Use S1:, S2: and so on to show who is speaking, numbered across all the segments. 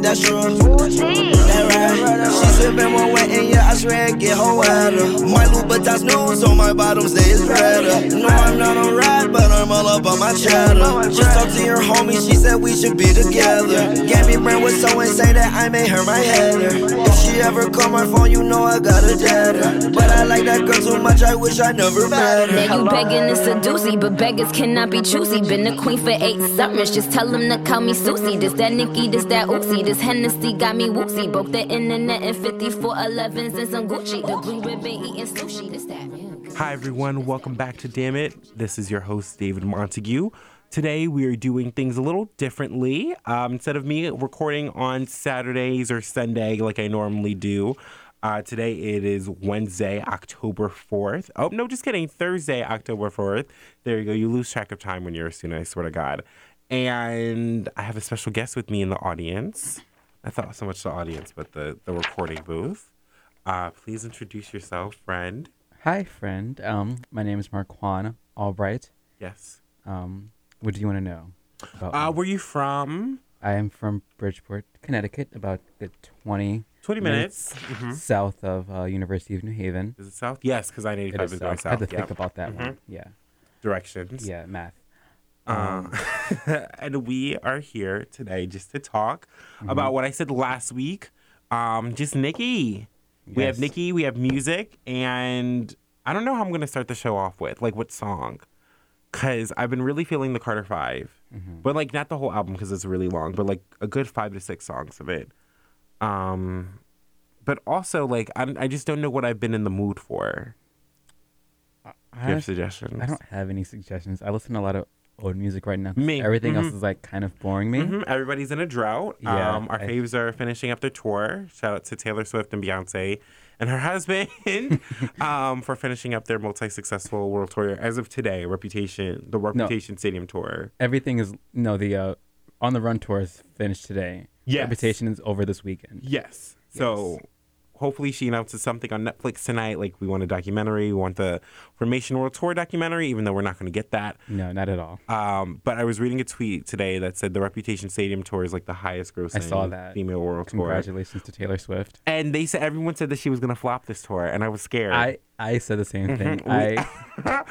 S1: that's true. That right. She sippin' one wet and yeah, I swear it get her wetter. My Louboutin's new, so my bottoms they is redder. No, I'm not on ride, but I'm all up on my cheddar. Just talk to your homie, she said we should be together. Gabby Brand was so insane that I made her my header. If she ever call my phone, you know I got a data. But I like that girl too much, I wish I never met her.
S2: Now you begging and seducey, but beggars cannot be choosy. Been a queen for eight summers, just tell them to call me Susie. This that Nikki, this that Oopsie, this Hennessy got me whoopsie. Broke the internet in 54 11s and some Gucci. The green ribbon eating sushi, this that.
S3: Hi, everyone. Welcome back to Damn It. This is your host, David Montague. Today, we are doing things a little differently. Um, instead of me recording on Saturdays or Sunday like I normally do, uh, today it is Wednesday, October 4th. Oh, no, just kidding. Thursday, October 4th. There you go. You lose track of time when you're a student, I swear to God. And I have a special guest with me in the audience. I thought so much the audience, but the, the recording booth. Uh, please introduce yourself, friend.
S4: Hi, friend. Um, my name is Marquan Albright.
S3: Yes.
S4: Um, what do you want to know? About
S3: Uh,
S4: me?
S3: where you from?
S4: I am from Bridgeport, Connecticut, about the 20
S3: 20 minutes. Mhm.
S4: south of uh, University of New Haven.
S3: Is it south? Yes, because I 95 is, going
S4: south. I
S3: south.
S4: had to
S3: yeah. Mm-hmm.
S4: think about that one. Yeah,
S3: Directions.
S4: yeah, math.
S3: and we are here today just to talk
S4: Mm-hmm.
S3: about what I said last week. Um, just Nikki. We have
S4: Yes.
S3: Nikki, we have music, and I don't know how I'm gonna start the show off with, like what song. Cause I've been really feeling the Carter 5
S4: Mm-hmm.
S3: But like not the whole album because it's really long, but like a good five to six songs of it. Um but also like I'm, I just don't know what I've been in the mood for. Do you have
S4: Honest-
S3: suggestions?
S4: I don't have any suggestions. I listen to a lot of old music right now. 'cause
S3: Me. Mm-hmm.
S4: Everything else is like kind of boring me.
S3: Mhm, Everybody's in a drought.
S4: Yeah,
S3: um, our
S4: I-
S3: faves are finishing up their tour. Shout out to Taylor Swift and Beyonce and her husband um, for finishing up their multi-successful world tour as of today. Reputation, the Reputation Stadium tour.
S4: Everything is no. The uh, on the run tour is finished today.
S3: Yes.
S4: Reputation is over this weekend.
S3: Yes. So hopefully she announces something on Netflix tonight. Like we want a documentary. We want the Formation World Tour documentary, even though we're not going to get that.
S4: No, not at all.
S3: Um, but I was reading a tweet today that said the Reputation Stadium tour is like the highest grossing
S4: saw that.
S3: female world tour.
S4: Congratulations to Taylor Swift.
S3: And they said everyone said that she was gonna flop this tour, and I was scared.
S4: I I said the same thing.
S3: Mm-hmm.
S4: I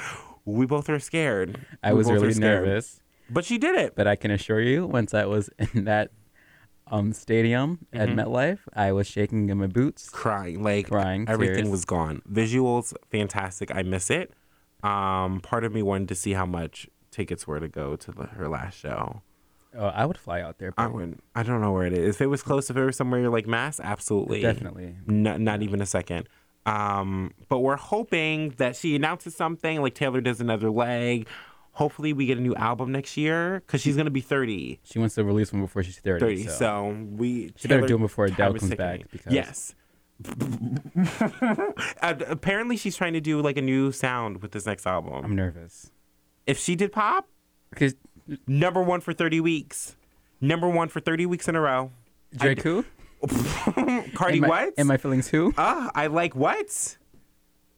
S3: we both were scared.
S4: I
S3: We
S4: was
S3: both were
S4: really
S3: scared.
S4: nervous,
S3: but she did it.
S4: but I can assure you, once I was in that um stadium at
S3: Mm-hmm.
S4: MetLife, I was shaking in my boots.
S3: Crying, like
S4: Crying,
S3: everything
S4: tears.
S3: was gone. Visuals, fantastic. I miss it. Um, part of me wanted to see how much tickets were to go to the, her last show.
S4: Oh, I would fly out there.
S3: I
S4: but
S3: wouldn't. I don't know where it is. If it was close, if it was somewhere like Mass, absolutely,
S4: Definitely.
S3: not not even a second. Um, but we're hoping that she announces something like Taylor does another leg. Hopefully, we get a new album next year because she's gonna be thirty.
S4: She wants to release one before she's 30.
S3: 30. So,
S4: so.
S3: we
S4: She better
S3: Taylor-
S4: do it before Adele
S3: time is
S4: comes
S3: ticking.
S4: back, because-
S3: yes. Uh, Apparently, she's trying to do like a new sound with this next album.
S4: I'm nervous.
S3: if she did pop,
S4: Because
S3: number one for 30 weeks, number one for 30 weeks in a row.
S4: Drake, who?
S3: Cardi,
S4: Am I-
S3: what?
S4: Am I feelings who?
S3: Ah, I like what?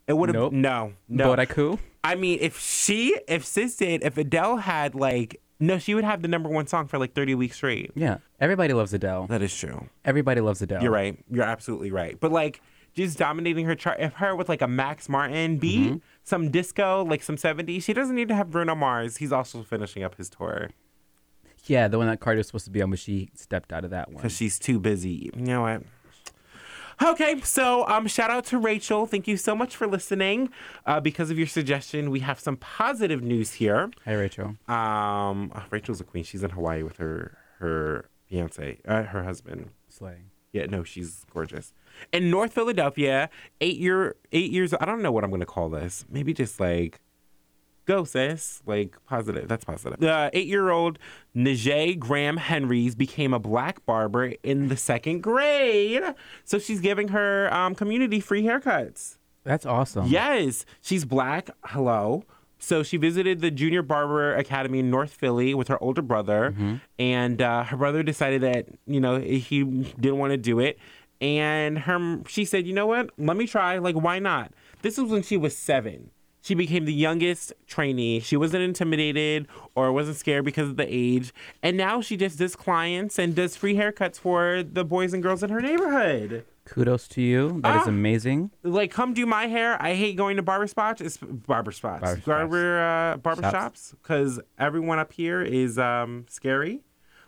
S3: It would have
S4: Nope.
S3: no, no.
S4: But I who?
S3: I mean, if she, if Sis did, if Adele had like, no, she would have the number one song for like 30 weeks straight.
S4: Yeah. Everybody loves Adele.
S3: That is true.
S4: Everybody loves Adele.
S3: You're right. You're absolutely right. But like just dominating her chart, if her with like a Max Martin beat,
S4: Mm-hmm.
S3: some disco, like some 70s, she doesn't need to have Bruno Mars. He's also finishing up his tour
S4: Yeah, the one that Cardi was supposed to be on, but she stepped out of that one.
S3: because she's too busy. You know what? Okay, so um, shout out to Rachel. Thank you so much for listening. Uh, because of your suggestion, we have some positive news here.
S4: Hi, Rachel.
S3: Um, oh, Rachel's a queen. She's in Hawaii with her her fiance, uh, her husband.
S4: Slay.
S3: Yeah, no, she's gorgeous. In North Philadelphia, eight year eight years I don't know what I'm gonna call this. Maybe just like go sis. Like positive. That's positive. The eight year old Najee Graham Henrys became a black barber in the second grade. So she's giving her um, community free haircuts.
S4: That's awesome.
S3: Yes, she's black. Hello. So she visited the Junior Barber Academy in North Philly with her older brother, and uh, her brother decided that you know he didn't want to do it, and her she said, you know what, let me try. Like, why not? This was when she was seven. She became the youngest trainee. She wasn't intimidated or wasn't scared because of the age. And now she just does clients and does free haircuts for the boys and girls in her neighborhood.
S4: Kudos to you. That is
S3: Ah.
S4: amazing.
S3: Like, come do my hair. I hate going to barber spots. It's barber spots,
S4: Barber spots.
S3: barber uh, barber
S4: Shops.
S3: shops, because everyone up here is um, scary.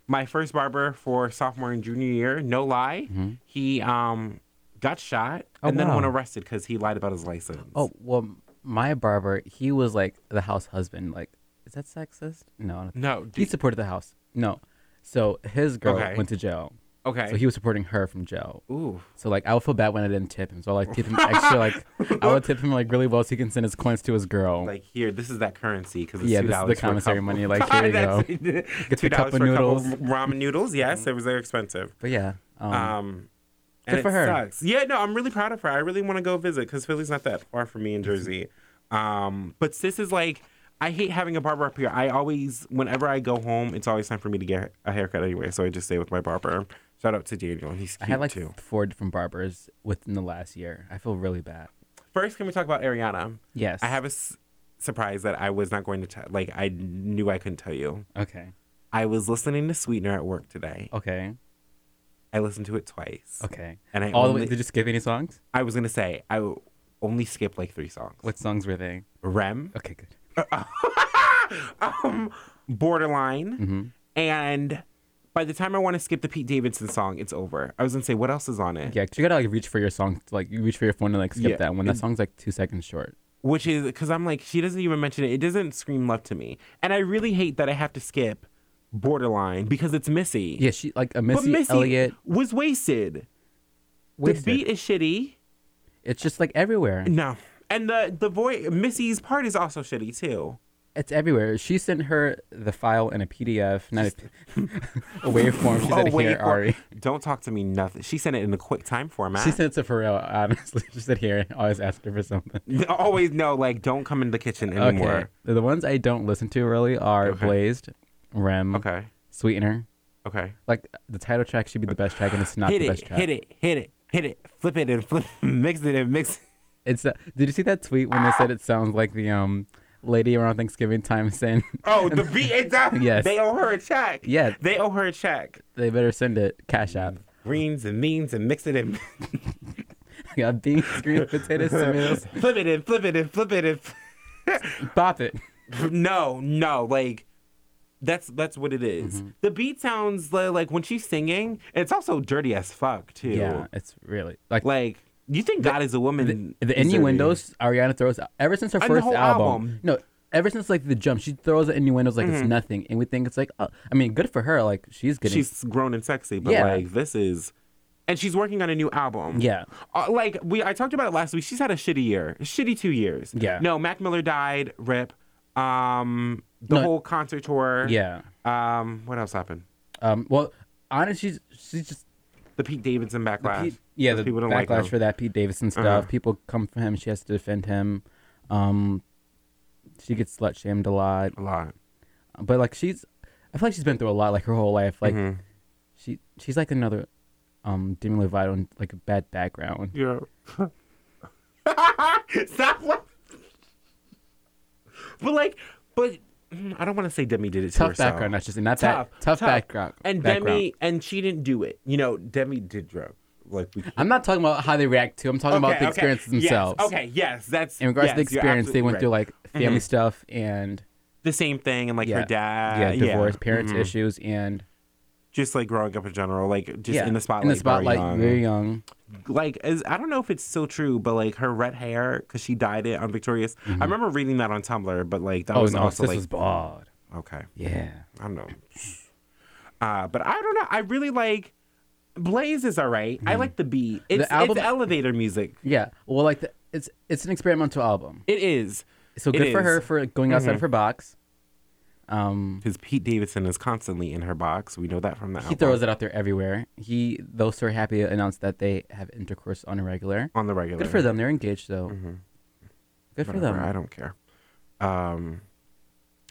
S3: My first barber for sophomore and junior year, no lie, he um, got shot
S4: Mm-hmm. Oh,
S3: and then
S4: wow.
S3: went arrested because he lied about his license.
S4: Oh well, my barber, he was like the house husband. Like, is that sexist? No, I don't think-
S3: no,
S4: he
S3: dude,
S4: supported the house. No, so his girl
S3: Mm, Okay.
S4: went to jail.
S3: okay.
S4: So he was supporting her from jail.
S3: Ooh.
S4: So like I would feel bad when I didn't tip him. So I like tip him extra. Like I would tip him like really well so he can send his coins to his girl.
S3: Like here, this is that currency because
S4: Yeah,
S3: two
S4: this is the
S3: dollars
S4: commissary money, like, here you go.
S3: Get
S4: Get
S3: two
S4: the cup
S3: dollars
S4: of
S3: for a
S4: noodles. Mm-hmm.
S3: couple ramen noodles. Yes, it was very expensive.
S4: but yeah, um,
S3: Um,
S4: Good
S3: and
S4: for
S3: it
S4: her.
S3: Sucks. Yeah, no, I'm really proud of her. I really want to go visit because Philly's not that far from me in Jersey. Um, but sis is like, I hate having a barber up here. I always, whenever I go home, it's always time for me to get a haircut anyway. So I just stay with my barber. Shout out to Daniel. He's
S4: I
S3: cute
S4: had like
S3: too.
S4: four different barbers within the last year. I feel really bad.
S3: First, can we talk about Ariana?
S4: Yes.
S3: I have a s- surprise that I was not going to tell. Like, I knew I couldn't tell you.
S4: Okay.
S3: I was listening to Sweetener at work today.
S4: Okay.
S3: I listened to it twice.
S4: Oh. Okay.
S3: And I
S4: all the
S3: only-
S4: way. Did you skip any songs?
S3: I was gonna say I w- only skipped like three songs.
S4: What songs were they?
S3: Rem,
S4: Okay, good.
S3: Borderline,
S4: Mm-hmm.
S3: and by the time I want to skip the Pete Davidson song, it's over. I was gonna say what else is on it,
S4: Yeah, 'cause you gotta like reach for your song, to, like you reach for your phone to like skip
S3: Yeah.
S4: that one. That song's like two seconds short.
S3: which is because I'm like she doesn't even mention it. It doesn't scream love to me, and I really hate that I have to skip Borderline because it's Missy.
S4: Yeah, she like a
S3: but
S4: Missy,
S3: Missy
S4: Elliott.
S3: was wasted.
S4: wasted.
S3: The beat is shitty.
S4: It's just like everywhere.
S3: No, and the the voice Missy's part is also shitty too.
S4: It's everywhere. She sent her the file in a PDF, not a, a waveform. She
S3: Oh,
S4: said,
S3: wait,
S4: "Here,
S3: for-
S4: Ari."
S3: Don't talk to me nothing. She sent it in the quick time format.
S4: She sent it to Pharrell. Honestly, she said, "Here." I always ask her for something.
S3: always no, like don't come in the kitchen anymore.
S4: The the ones I don't listen to really are
S3: Okay.
S4: Blazed, Rem,
S3: Okay.
S4: Sweetener.
S3: Okay.
S4: Like the title track should be the best track, and it's not
S3: hit
S4: the
S3: it,
S4: best track.
S3: hit it, hit it, hit it, flip it and flip, mix it and mix.
S4: It's uh, did you see that tweet when they said it sounds like the um lady around Thanksgiving time saying
S3: Oh, the beat is up.
S4: Yes.
S3: They owe her a check.
S4: Yeah.
S3: They owe her a check.
S4: they better send it cash app.
S3: Greens and means and mix it and
S4: Yeah, beans, green potatoes, tomatoes.
S3: flip it and flip it and flip it and.
S4: Bop it.
S3: no, no, like that's that's what it
S4: Mm-hmm.
S3: is. The beat sounds li- like when she's singing, it's also dirty as fuck too.
S4: Yeah, it's really like
S3: Like you think God is a woman?
S4: the
S3: is dirty.
S4: innuendos Ariana throws out ever since her
S3: And the
S4: first
S3: whole
S4: album,
S3: album. Mm-hmm.
S4: No, ever since like the jump, she throws out innuendos like it's nothing, and we think it's like, oh, I mean, good for her. Like she's getting.
S3: She's grown and sexy, but
S4: Yeah.
S3: like this is, and she's working on a new album.
S4: yeah,
S3: Uh, like we, I talked about it last week. She's had a shitty year, shitty two years.
S4: Yeah.
S3: No, Mac Miller died. Rip. Um, the
S4: No.
S3: whole concert tour.
S4: yeah.
S3: Um, what else happened?
S4: Um, well, honestly, she's she's just
S3: The Pete Davidson backlash.
S4: Pete- yeah, the
S3: people didn't like
S4: backlash
S3: him. Uh-huh.
S4: for that Pete Davidson stuff. People come for him. She has to defend him. Um, she gets slut shamed a lot,
S3: a lot.
S4: but like she's, I feel like she's been through a lot like her whole life. Like
S3: Mm-hmm.
S4: she she's like another, um, Demi Lovato in like a bad background.
S3: Yeah. Stop. laugh- But like, but mm, I don't want to say Demi did it to
S4: Tough
S3: herself.
S4: background, not just not
S3: Tough,
S4: that tough, background.
S3: And
S4: background.
S3: Demi, and she didn't do it. You know, Demi did drug. Like we.
S4: I'm not talking about how they react to. I'm talking about the experiences
S3: yes,
S4: themselves.
S3: okay, yes, that's
S4: In regards to the
S3: yes, you're
S4: experience, they
S3: absolutely
S4: went through
S3: right. Mm-hmm.
S4: like family stuff and
S3: the same thing, and like
S4: yeah,
S3: her dad,
S4: yeah, divorce, parents
S3: Mm-hmm.
S4: issues, and
S3: just like growing up in general, like just
S4: yeah,
S3: in the spotlight,
S4: in the
S3: very
S4: spotlight,
S3: young.
S4: very young.
S3: like is, I don't know if it's still true, but like her red hair because she dyed it on Victorious. I remember reading that on Tumblr, but like that
S4: Mm-hmm. Oh
S3: was
S4: no,
S3: also
S4: this
S3: like
S4: was bald.
S3: okay,
S4: Yeah.
S3: I don't know. Uh, but I don't know. I really like Blaze is alright. I like the beat. It's,
S4: Mm-hmm. album-
S3: it's elevator music.
S4: Yeah. Well, like the, it's it's an experimental album.
S3: It is.
S4: So
S3: It
S4: good for
S3: is.
S4: her for going outside of her box. Um,
S3: Because Pete Davidson is constantly in her box. We know that from the
S4: he
S3: album.
S4: throws it out there everywhere. He those who are happy announced that they have intercourse on a regular.
S3: on the regular.
S4: Good for them. They're engaged though. Good for
S3: Mm-hmm. Whatever,
S4: them.
S3: I don't care. Um,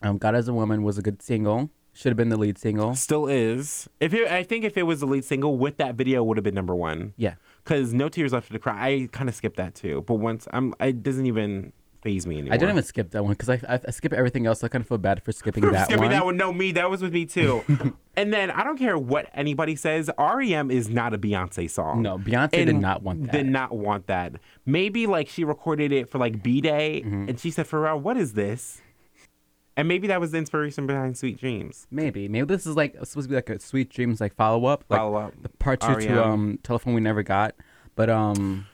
S4: Um, God as a Woman was a good single. Should have been the lead single.
S3: still is. If it, I think if it was the lead single with that video, would have been number one.
S4: Yeah.
S3: Cause no tears left to cry. I kind of skipped that too. But once I'm, it doesn't even phase me anymore.
S4: I didn't even skip that one because I, I I skip everything else. So I kind of feel bad for skipping that
S3: Skipping
S4: one.
S3: that one. No, me. That was with me too. and then I don't care what anybody says. REM is not a Beyonce song.
S4: No, Beyonce did not want that.
S3: Did not want that. Maybe like she recorded it for like B Day,
S4: Mm-hmm.
S3: and she said, "Pharrell, what is this?" And maybe that was the inspiration behind Sweet Dreams.
S4: Maybe maybe this is like supposed to be like a Sweet Dreams like follow up. Like
S3: Follow up.
S4: The part two
S3: REM.
S4: to um telephone we never got. But um,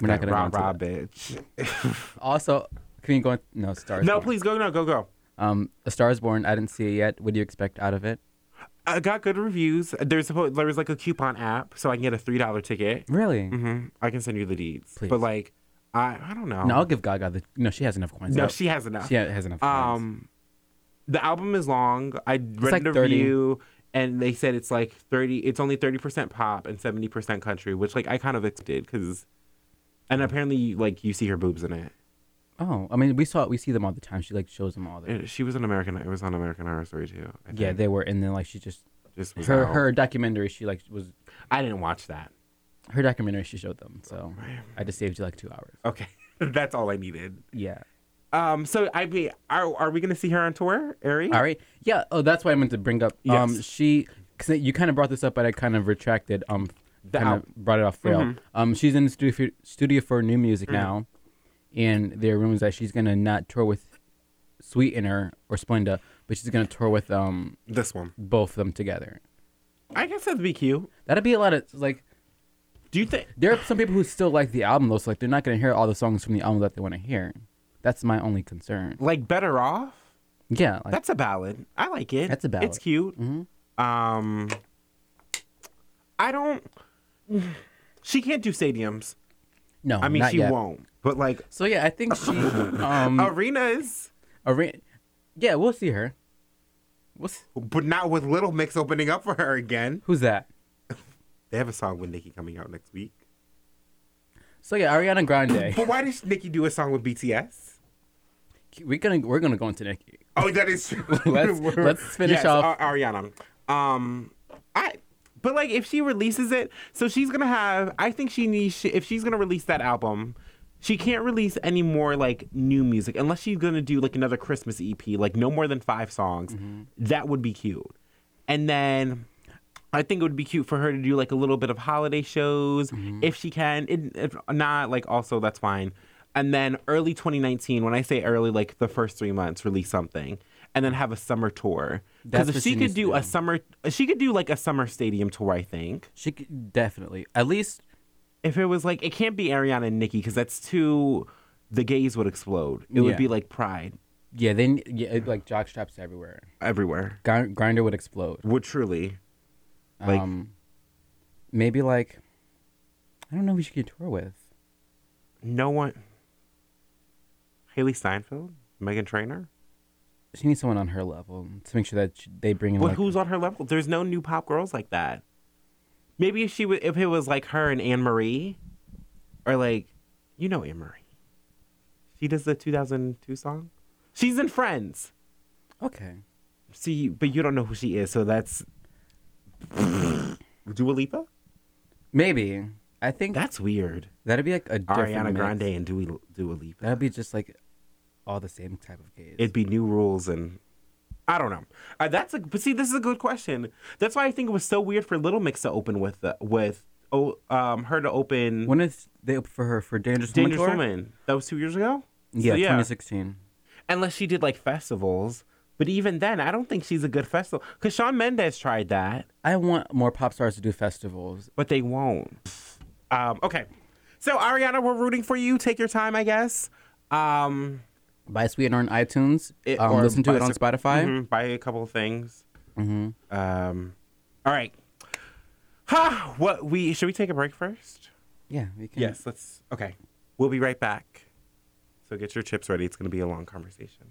S4: we're not
S3: That
S4: gonna go into
S3: rah-rah
S4: that.
S3: bitch.
S4: Also, can you go? On, no, stars.
S3: No, please go, no, go, go.
S4: Um, A Star is Born. I didn't see it yet. What do you expect out of it?
S3: I got good reviews. There's supposed there was like a coupon app, so I can get a three dollar ticket.
S4: Really?
S3: hmm I can send you the deeds,
S4: Mm-hmm. Please.
S3: but like I I don't know.
S4: No, I'll give Gaga the. No, she has enough coins.
S3: no,
S4: I'll-
S3: she has enough.
S4: She ha- has enough. coins.
S3: Um, the album is long. I read
S4: like
S3: the
S4: 30.
S3: review, and they said it's like thirty. It's only thirty percent pop and seventy percent country, which like I kind of expected because, and apparently like you see her boobs in it.
S4: Oh, I mean, we saw we see them all the time. She like shows them all. The,
S3: It- She was an American. It was on American Horror Story too. I
S4: yeah,
S3: think.
S4: they were, and then like she just
S3: Just was
S4: her
S3: out.
S4: her documentary. She like was
S3: I didn't watch that.
S4: her documentary. She showed them. So I just saved you like two hours.
S3: Okay, that's all I needed.
S4: Yeah.
S3: Um, so I mean, are are we gonna see her on tour, Ari?
S4: All right. Yeah. Oh, that's why I meant to bring up. Um,
S3: Yes.
S4: she because you kind of brought this up, but I kind of retracted. Um,
S3: The
S4: kind of
S3: out- Mm-hmm.
S4: brought it off rail. Um, she's in the studio for, studio for new music
S3: Mm.
S4: now, and there are rumors that she's gonna not tour with Sweetener or Splenda, but she's gonna tour with um
S3: This one.
S4: both of them together.
S3: I guess that'd be cute.
S4: That'd be a lot of like.
S3: Do you think?
S4: There are some people who still like the album, though, so like they're not gonna hear all the songs from the album that they want to hear. That's my only concern.
S3: Like better off?
S4: Yeah, like,
S3: That's a ballad. I like it.
S4: That's a ballad. Mm-hmm.
S3: It's cute. Um, I don't. She can't do stadiums.
S4: no,
S3: I mean,
S4: not
S3: she
S4: yet.
S3: won't. But like
S4: So yeah, I think she. Um,
S3: arenas,
S4: Arena. Yeah, we'll see her. We'll see.
S3: but not with Little Mix opening up for her again.
S4: Who's that?
S3: They have a song with Nicki coming out next week.
S4: So yeah, Ariana Grande.
S3: But why did Nicki do a song with BTS?
S4: we're gonna we're gonna go into Nicki.
S3: Oh, that is true.
S4: Let's-
S3: We're-
S4: let's finish
S3: yes,
S4: off-
S3: Ar- Ariana. Um, I. But like, if she releases it, so she's gonna have. I think she needs. If she's gonna release that album, she can't release any more like new music unless she's gonna do like another Christmas EP, like no more than five songs.
S4: Mm-hmm.
S3: That would be cute. And then. I think it would be cute for her to do like a little bit of holiday shows
S4: Mm-hmm.
S3: if she can. It, if not, like also that's fine. And then early 2019, when I say early, like the first three months, release something, and then have a summer tour.
S4: Mm-hmm. That's
S3: Because if
S4: what
S3: she,
S4: she
S3: could
S4: needs to
S3: do, a
S4: do.
S3: summer, she could do like a summer stadium tour. I think
S4: She could, definitely at least.
S3: if it was like it can't be Ariana and Nikki because that's too. The gays would explode. It
S4: Yeah.
S3: would be like Pride
S4: Yeah, then yeah, it, like jock straps everywhere.
S3: everywhere.
S4: Gr- Grinder would explode.
S3: Would truly. Like-
S4: um, maybe like I don't know who she could tour with.
S3: No one. Haley Steinfeld, Megan Trainor.
S4: She needs someone on her level to make sure that she, they bring in.
S3: But
S4: like,
S3: who's on her level? There's no new pop girls like that. Maybe if she was, if it was like her and Anne Marie, or like, you know Anne Marie. She does the 2002 song. She's in Friends.
S4: Okay.
S3: See, but you don't know who she is, so that's Dua Lipa.
S4: Maybe I think
S3: That's weird.
S4: that'd be like a different
S3: Ariana
S4: mix.
S3: Grande and Dua, Dua Lipa.
S4: That'd be just like all the same type of gays.
S3: it'd be new rules and I don't know. Uh, that's a but see, this is a good question. That's why I think it was so weird for Little Mix to open with the, with oh um her to open
S4: when is they up for her for Dangerous,
S3: Dangerous
S4: Woman? tour?
S3: Woman. That was two years ago.
S4: Yeah,
S3: So,
S4: 2016.
S3: Unless she did like festivals, but even then, I don't think she's a good festival. Cause Sean Mendez tried that,
S4: I want more pop stars to do festivals.
S3: but they won't. Um, okay, so Ariana, we're rooting for you. Take your time, I guess. Um,
S4: Buy Sweetener on iTunes.
S3: It-
S4: um,
S3: or
S4: listen to
S3: buy Mm-hmm.
S4: it on
S3: some-
S4: Spotify. Mm-hmm.
S3: mhm, buy a couple of things. Um, all right. Ha! What we should we take a break first?
S4: Yeah, we can.
S3: Yes, let's. Okay, we'll be right back. So get your chips ready. It's going to be a long conversation.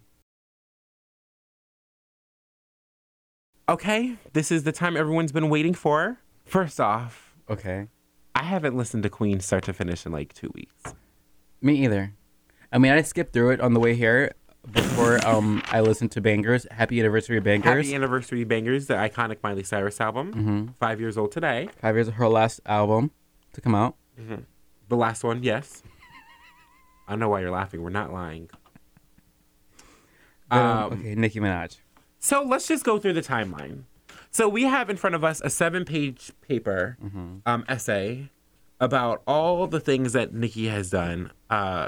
S3: Okay, this is the time everyone's been waiting for. First off,
S4: Okay.
S3: I haven't listened to Queen start to finish in like two weeks.
S4: Me either. I mean, I skipped through it on the way here before um I listened to Bangers. Happy anniversary, of Bangers.
S3: Happy anniversary, bangers! The iconic Miley Cyrus album, five years old today.
S4: Five years of her last album to come out.
S3: The last one, yes. I know why you're laughing. We're not lying.
S4: Then,
S3: Um,
S4: okay, Nicki Minaj.
S3: So let's just go through the timeline. So we have in front of us a seven-page paper um, essay about all the things that Nikki has done uh,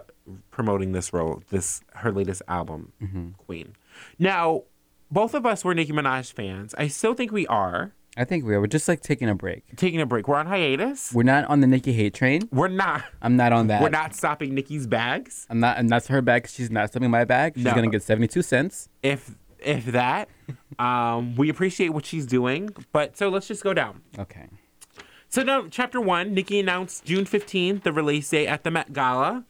S3: promoting this role, this her latest album, Queen. Now, both of us were Nicki Minaj fans. I still think we are.
S4: I think we are. We're just like taking a break.
S3: Taking a break. We're on hiatus.
S4: We're not on the Nicki hate train.
S3: We're not.
S4: I'm not on that.
S3: We're not stopping Nikki's bags.
S4: I'm not, and that's her bag. She's not stepping my bag. She's
S3: No.
S4: gonna get 72 cents.
S3: If if that, um, we appreciate what she's doing. But so let's just go down.
S4: Okay.
S3: So now, chapter one, Nikki announced June 15th, the release date at the Met Gala.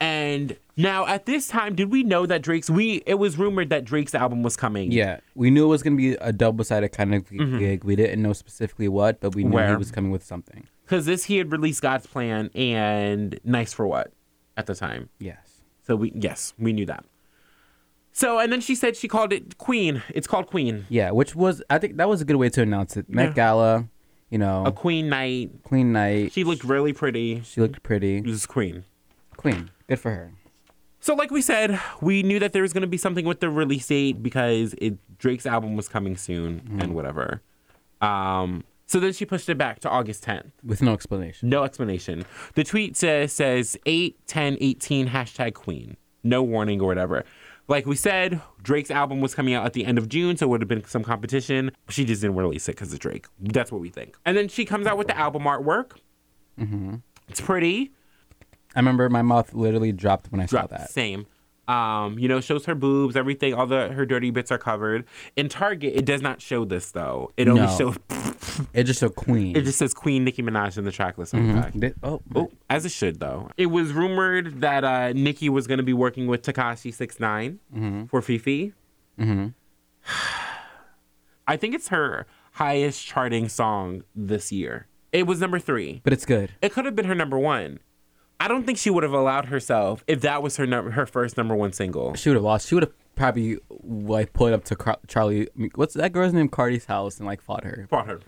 S3: And now at this time, did we know that Drake's we it was rumored that Drake's album was coming.
S4: Yeah, we knew it was gonna be a double-sided kind of g- gig. We didn't know specifically what, but we knew he
S3: Mm-hmm. Where?
S4: was coming with something.
S3: Because this he had released God's Plan and Nice for What at the time.
S4: Yes.
S3: So we yes, we knew that. So and then she said she called it Queen. It's called Queen.
S4: Yeah, which was I think that was a good way to announce it. Met
S3: Yeah.
S4: Gala, you know,
S3: A Queen night.
S4: Queen night.
S3: She looked really pretty.
S4: She looked pretty.
S3: She was Queen.
S4: Queen. Good for her.
S3: So, like we said, we knew that there was going to be something with the release date because it, Drake's album was coming soon and whatever. Um, so then she pushed it back to August 10th.
S4: With no explanation.
S3: No explanation. The tweet says, says 8, 10, 18, hashtag queen. No warning or whatever. Like we said, Drake's album was coming out at the end of June, so it would have been some competition. She just didn't release it because of Drake. That's what we think. And then she comes out with the album artwork. It's pretty.
S4: I remember my mouth literally dropped when I saw
S3: Drop
S4: that.
S3: Same. Um, you know, shows her boobs, everything, all the her dirty bits are covered. In Target, it does not show this though. It only
S4: No.
S3: shows
S4: It just showed Queen.
S3: it just says Queen Nicki Minaj in the track list on the back.
S4: They- oh,
S3: Oh, as Mm-hmm. it should though. It was rumored that uh Nicki was gonna be working with Takashi 69 for Fifi. Mm-hmm. I think it's her highest charting song this year. It was number three.
S4: but it's good.
S3: It could have been her number one. I don't think she would have allowed herself if that was her num- her first number one single.
S4: She would have lost. She would have probably like pulled up to Car- Charlie. What's that girl's name? Cardi's house and like fought her.
S3: Bought her.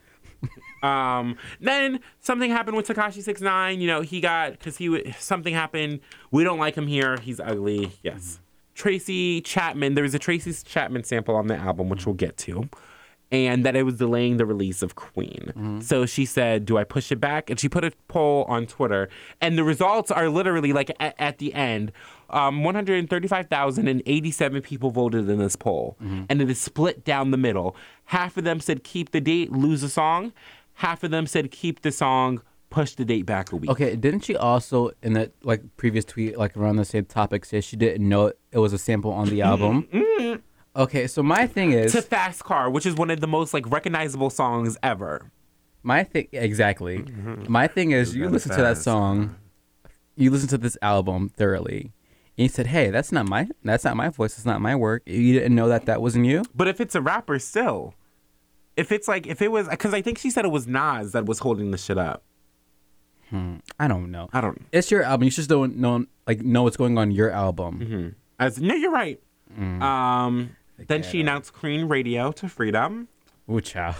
S3: um, then something happened with Takashi Six Nine. You know, he got because he w- something happened. We don't like him here. He's ugly. Yes. Tracy Chapman. There was a Tracy Chapman sample on the album, which we'll get to. And that it was delaying the release of Queen. So she said, Do I push it back? And she put a poll on Twitter. And the results are literally like at, at the end um, 135,087 people voted in this poll. And it is split down the middle. Half of them said, Keep the date, lose the song. Half of them said, Keep the song, push the date back a week.
S4: Okay, didn't she also in that like previous tweet, like around the same topic, say she didn't know it was a sample on the
S3: Mm-hmm.
S4: album? okay, so my thing
S3: To
S4: is
S3: Fast Car, which is one of the most like recognizable songs ever.
S4: my thing exactly.
S3: Mm-hmm.
S4: My thing is you
S3: kinda
S4: listen to that
S3: fast.
S4: song, you listen to this album thoroughly, and you said, "Hey, that's not my that's not my voice. It's not my work. You didn't know that that wasn't you."
S3: But if it's a rapper, still. If it's like, if it was, because I think she said it was Nas that was holding the shit up.
S4: I don't know.
S3: I don't.
S4: It's your album. You should still know like know what's going on in your album.
S3: Mm-hmm. As no, you're right. Um, then she
S4: ghetto.
S3: announced Queen Radio to Freedom.
S4: Ooh, chow.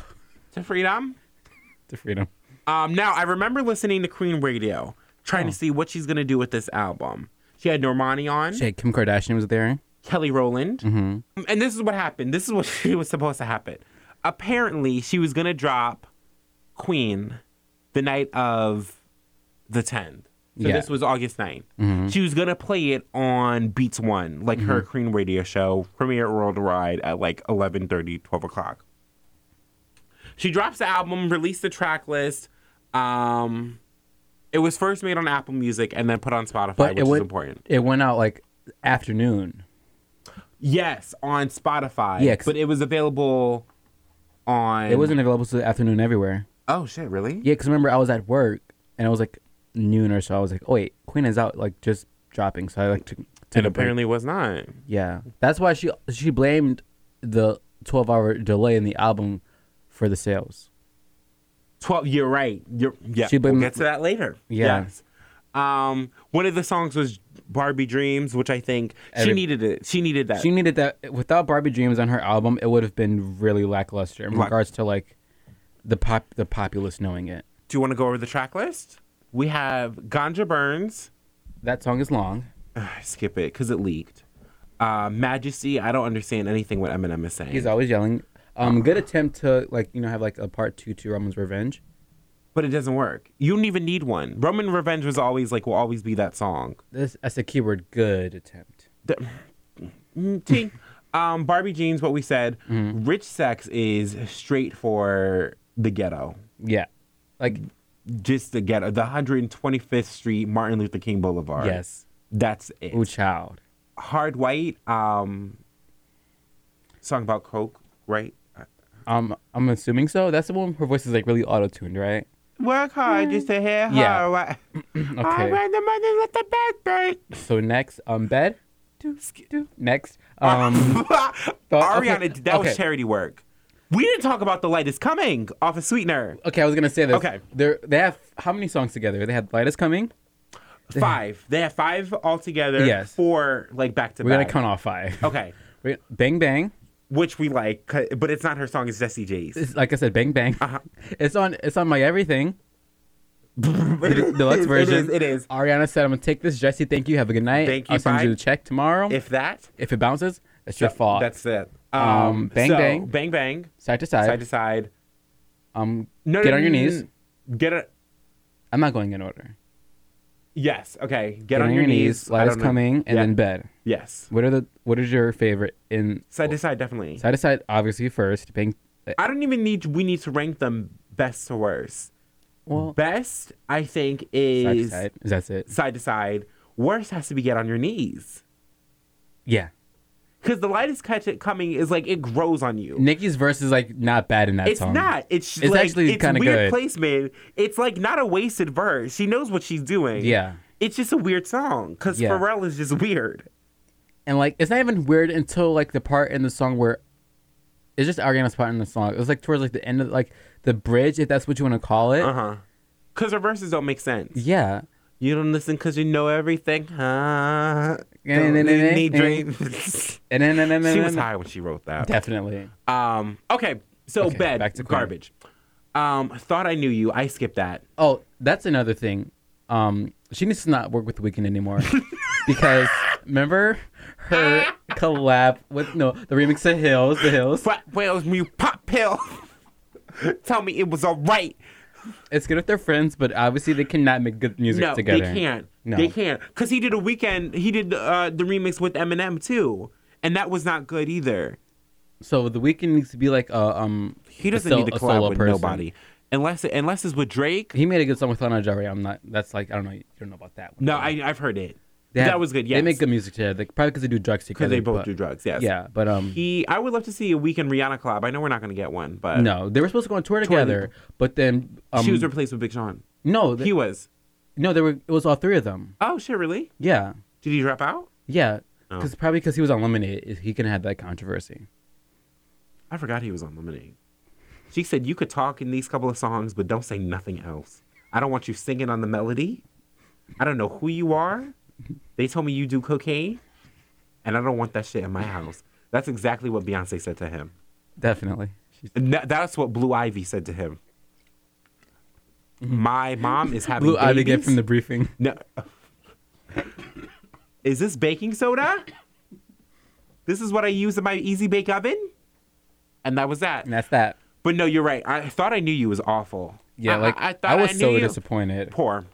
S3: To Freedom.
S4: to uh, freedom.
S3: Um, now I remember listening to Queen Radio, trying to see what she's gonna do with this album. She had Normani on,
S4: Shit, Kim Kardashian was there.
S3: Kelly Rowland,
S4: Mm-hmm.
S3: Um, and this is what happened. This is what she was supposed to happen. Apparently, she was gonna drop Queen the night of the 10th. So
S4: Yeah. Mm-hmm.
S3: this was August 9th. She was gonna play it on Beats One, like her Queen Radio show, premiere at worldwide at like 11:30, 12 o'clock. She drops the album, released the track list. Um, it was first made on Apple Music and then put on Spotify,
S4: But
S3: which
S4: it
S3: is
S4: went,
S3: important.
S4: It went out like afternoon.
S3: Yes, on Spotify.
S4: Yeah, 'cause-
S3: but it was available on.
S4: It wasn't available to the afternoon everywhere.
S3: Oh shit! Really?
S4: Yeah, because remember I was at work and it was like noon or so. I was like, oh wait, Queen is out, like just dropping. So I like to.
S3: And apparently it was not.
S4: yeah, that's why she she blamed the twelve hour delay in the album for the sales.
S3: Twelve. You're right. You're yeah.
S4: She
S3: we'll
S4: been-
S3: get to that later.
S4: Yeah.
S3: Yes. Um, one of the songs was Barbie Dreams, which I think she
S4: Every-
S3: needed it. She needed that.
S4: She needed that without Barbie Dreams on her album, it would have been really lackluster in
S3: Right.
S4: regards to like the pop the populace knowing it.
S3: Do you want to go over the track list? We have Ganja Burns,
S4: That song is long.
S3: skip it because it leaked. Uh, Majesty, I don't understand anything what Eminem is saying.
S4: He's always yelling. Um, good attempt to like you know have like a part two to Roman's Revenge.
S3: but it doesn't work. You don't even need one. Roman Revenge was always like will always be that song.
S4: This that's a keyword. Good attempt.
S3: Mm, T. um, Barbie Jeans, what we said.
S4: Mm-hmm.
S3: Rich sex is straight for the ghetto,
S4: Yeah, like
S3: just the ghetto, the 125th Street, Martin Luther King Boulevard.
S4: yes.
S3: that's it.
S4: Ooh, child.
S3: Hard White, um, song about coke, right?
S4: Um, I'm assuming so. That's the one. Her voice is like really auto tuned, right?
S3: Work hard just to hear hard.
S4: Yeah.
S3: Right. I
S4: Okay.
S3: ran the money with the bad
S4: So next, um, bed. Do, do. Next,
S3: Uh,
S4: um, Thought- okay,
S3: Ariana, did- that was
S4: okay.
S3: charity work. We didn't talk about the light is coming off of Sweetener.
S4: okay, I was gonna say this.
S3: Okay.
S4: They're they have how many songs together? They have Light is coming.
S3: Five. They have five altogether.
S4: Yes.
S3: Four like back to
S4: We're gonna
S3: back.
S4: count off five.
S3: Okay.
S4: We're- bang bang.
S3: Which we like, 'cause- but it's not her song. It's Jessie J's.
S4: It's, like I said, bang bang.
S3: Uh-huh.
S4: It's on. It's on my everything. the deluxe
S3: It
S4: version.
S3: is, it is.
S4: Ariana said, "I'm gonna take this, Jesse. Thank you. Have a good night.
S3: Thank you,
S4: I'll send you
S3: bye."
S4: the check tomorrow. If
S3: If that,
S4: if it bounces, that's your
S3: that-
S4: fault.
S3: That's it. Um,
S4: Um, bang,
S3: so,
S4: bang.
S3: bang bang.
S4: side to side.
S3: Side to side.
S4: um,
S3: No,
S4: get
S3: no,
S4: on your
S3: no, no,
S4: knees.
S3: no. Get a
S4: I'm not going in order.
S3: yes. Okay. Get,
S4: Get
S3: on, your knees. I
S4: Light is
S3: don't know.
S4: coming, and
S3: Yeah.
S4: then bed.
S3: Yes.
S4: What are the? What is your favorite in
S3: Side to side, definitely.
S4: side to side? Obviously first. uh, Bang.
S3: I don't even need. We need to rank them best to worst.
S4: Well,
S3: Best, I think,
S4: side to
S3: is
S4: side. Is that it?
S3: side to side. Worst has to be get on your knees.
S4: Yeah.
S3: Because the light is catch it coming is like it grows on you.
S4: Nikki's verse is like not bad in that
S3: it's
S4: song.
S3: not. It's,
S4: It's
S3: like,
S4: actually
S3: it's
S4: kinda
S3: weird
S4: good.
S3: placement. It's like not a wasted verse. She knows what she's doing.
S4: Yeah.
S3: It's just a weird song because
S4: Yeah.
S3: Pharrell is just weird.
S4: and like it's not even weird until like the part in the song where it's just Ariana's part in the song. It was like towards like the end of like the bridge, if that's what you want to call it.
S3: Uh huh. Because her verses don't make sense.
S4: Yeah.
S3: You don't listen because you know everything. Huh?
S4: Yeah,
S3: Don't
S4: yeah, yeah, yeah,
S3: need
S4: yeah.
S3: dreams.
S4: And then, and then,
S3: she
S4: and
S3: was
S4: then
S3: high when she wrote that.
S4: definitely.
S3: Um. Okay. So
S4: Okay,
S3: bed
S4: back to Queen.
S3: garbage. Um. Thought I knew you. I skipped that.
S4: Oh, that's another thing. Um, she needs to not work with the weekend anymore because remember her collab with no the remix of Hills, the Hills.
S3: Flat whales, you pop pill. Tell me it was all right.
S4: It's good if they're friends, but obviously they cannot make good music
S3: No,
S4: together.
S3: they can't.
S4: No.
S3: They can't. Cause he did a weekend. He did uh, the remix with Eminem too, and that was not good either.
S4: So the weekend needs to be like a um.
S3: He
S4: a
S3: doesn't
S4: sol-
S3: need to
S4: a solo
S3: collab with
S4: person.
S3: nobody, unless unless it's with Drake.
S4: He made a good song with Lana Del Rey. I'm not. That's like I don't know. You don't know about that one.
S3: No, I, I've heard it.
S4: They have-
S3: that was good. Yes,
S4: They make good music together. Like, probably because they do drugs together.
S3: because they both
S4: but-
S3: do drugs. Yes.
S4: Yeah, but um,
S3: He. I would love to see a weekend Rihanna collab. I know we're not gonna get one, but
S4: no, they were supposed to go on tour together, but then um,
S3: she was replaced with Big Sean.
S4: no,
S3: He
S4: they,
S3: was.
S4: no, they were. It was all three of them.
S3: Oh shit! Really?
S4: Yeah,
S3: Did he drop out?
S4: yeah,
S3: Oh.
S4: because probably because he was on Lemonade, is- he can have that controversy.
S3: I forgot he was on Lemonade. She said, You could talk in these couple of songs, but don't say nothing else. I don't want you singing on the melody. I don't know who you are. They told me you do cocaine, and I don't want that shit in my house. That's exactly what Beyonce said to him.
S4: Definitely. She's-
S3: And tha- that's what Blue Ivy said to him. My mom is having
S4: Mm-hmm. Blue Ivy get
S3: babies.
S4: from the briefing.
S3: No. Is this baking soda? This is what I use in my easy bake oven? And that was that.
S4: And that's that.
S3: But no, you're right. I thought I knew you was awful.
S4: Yeah,
S3: I-
S4: like
S3: I, I thought I
S4: was
S3: knew
S4: so
S3: you.
S4: disappointed.
S3: Poor.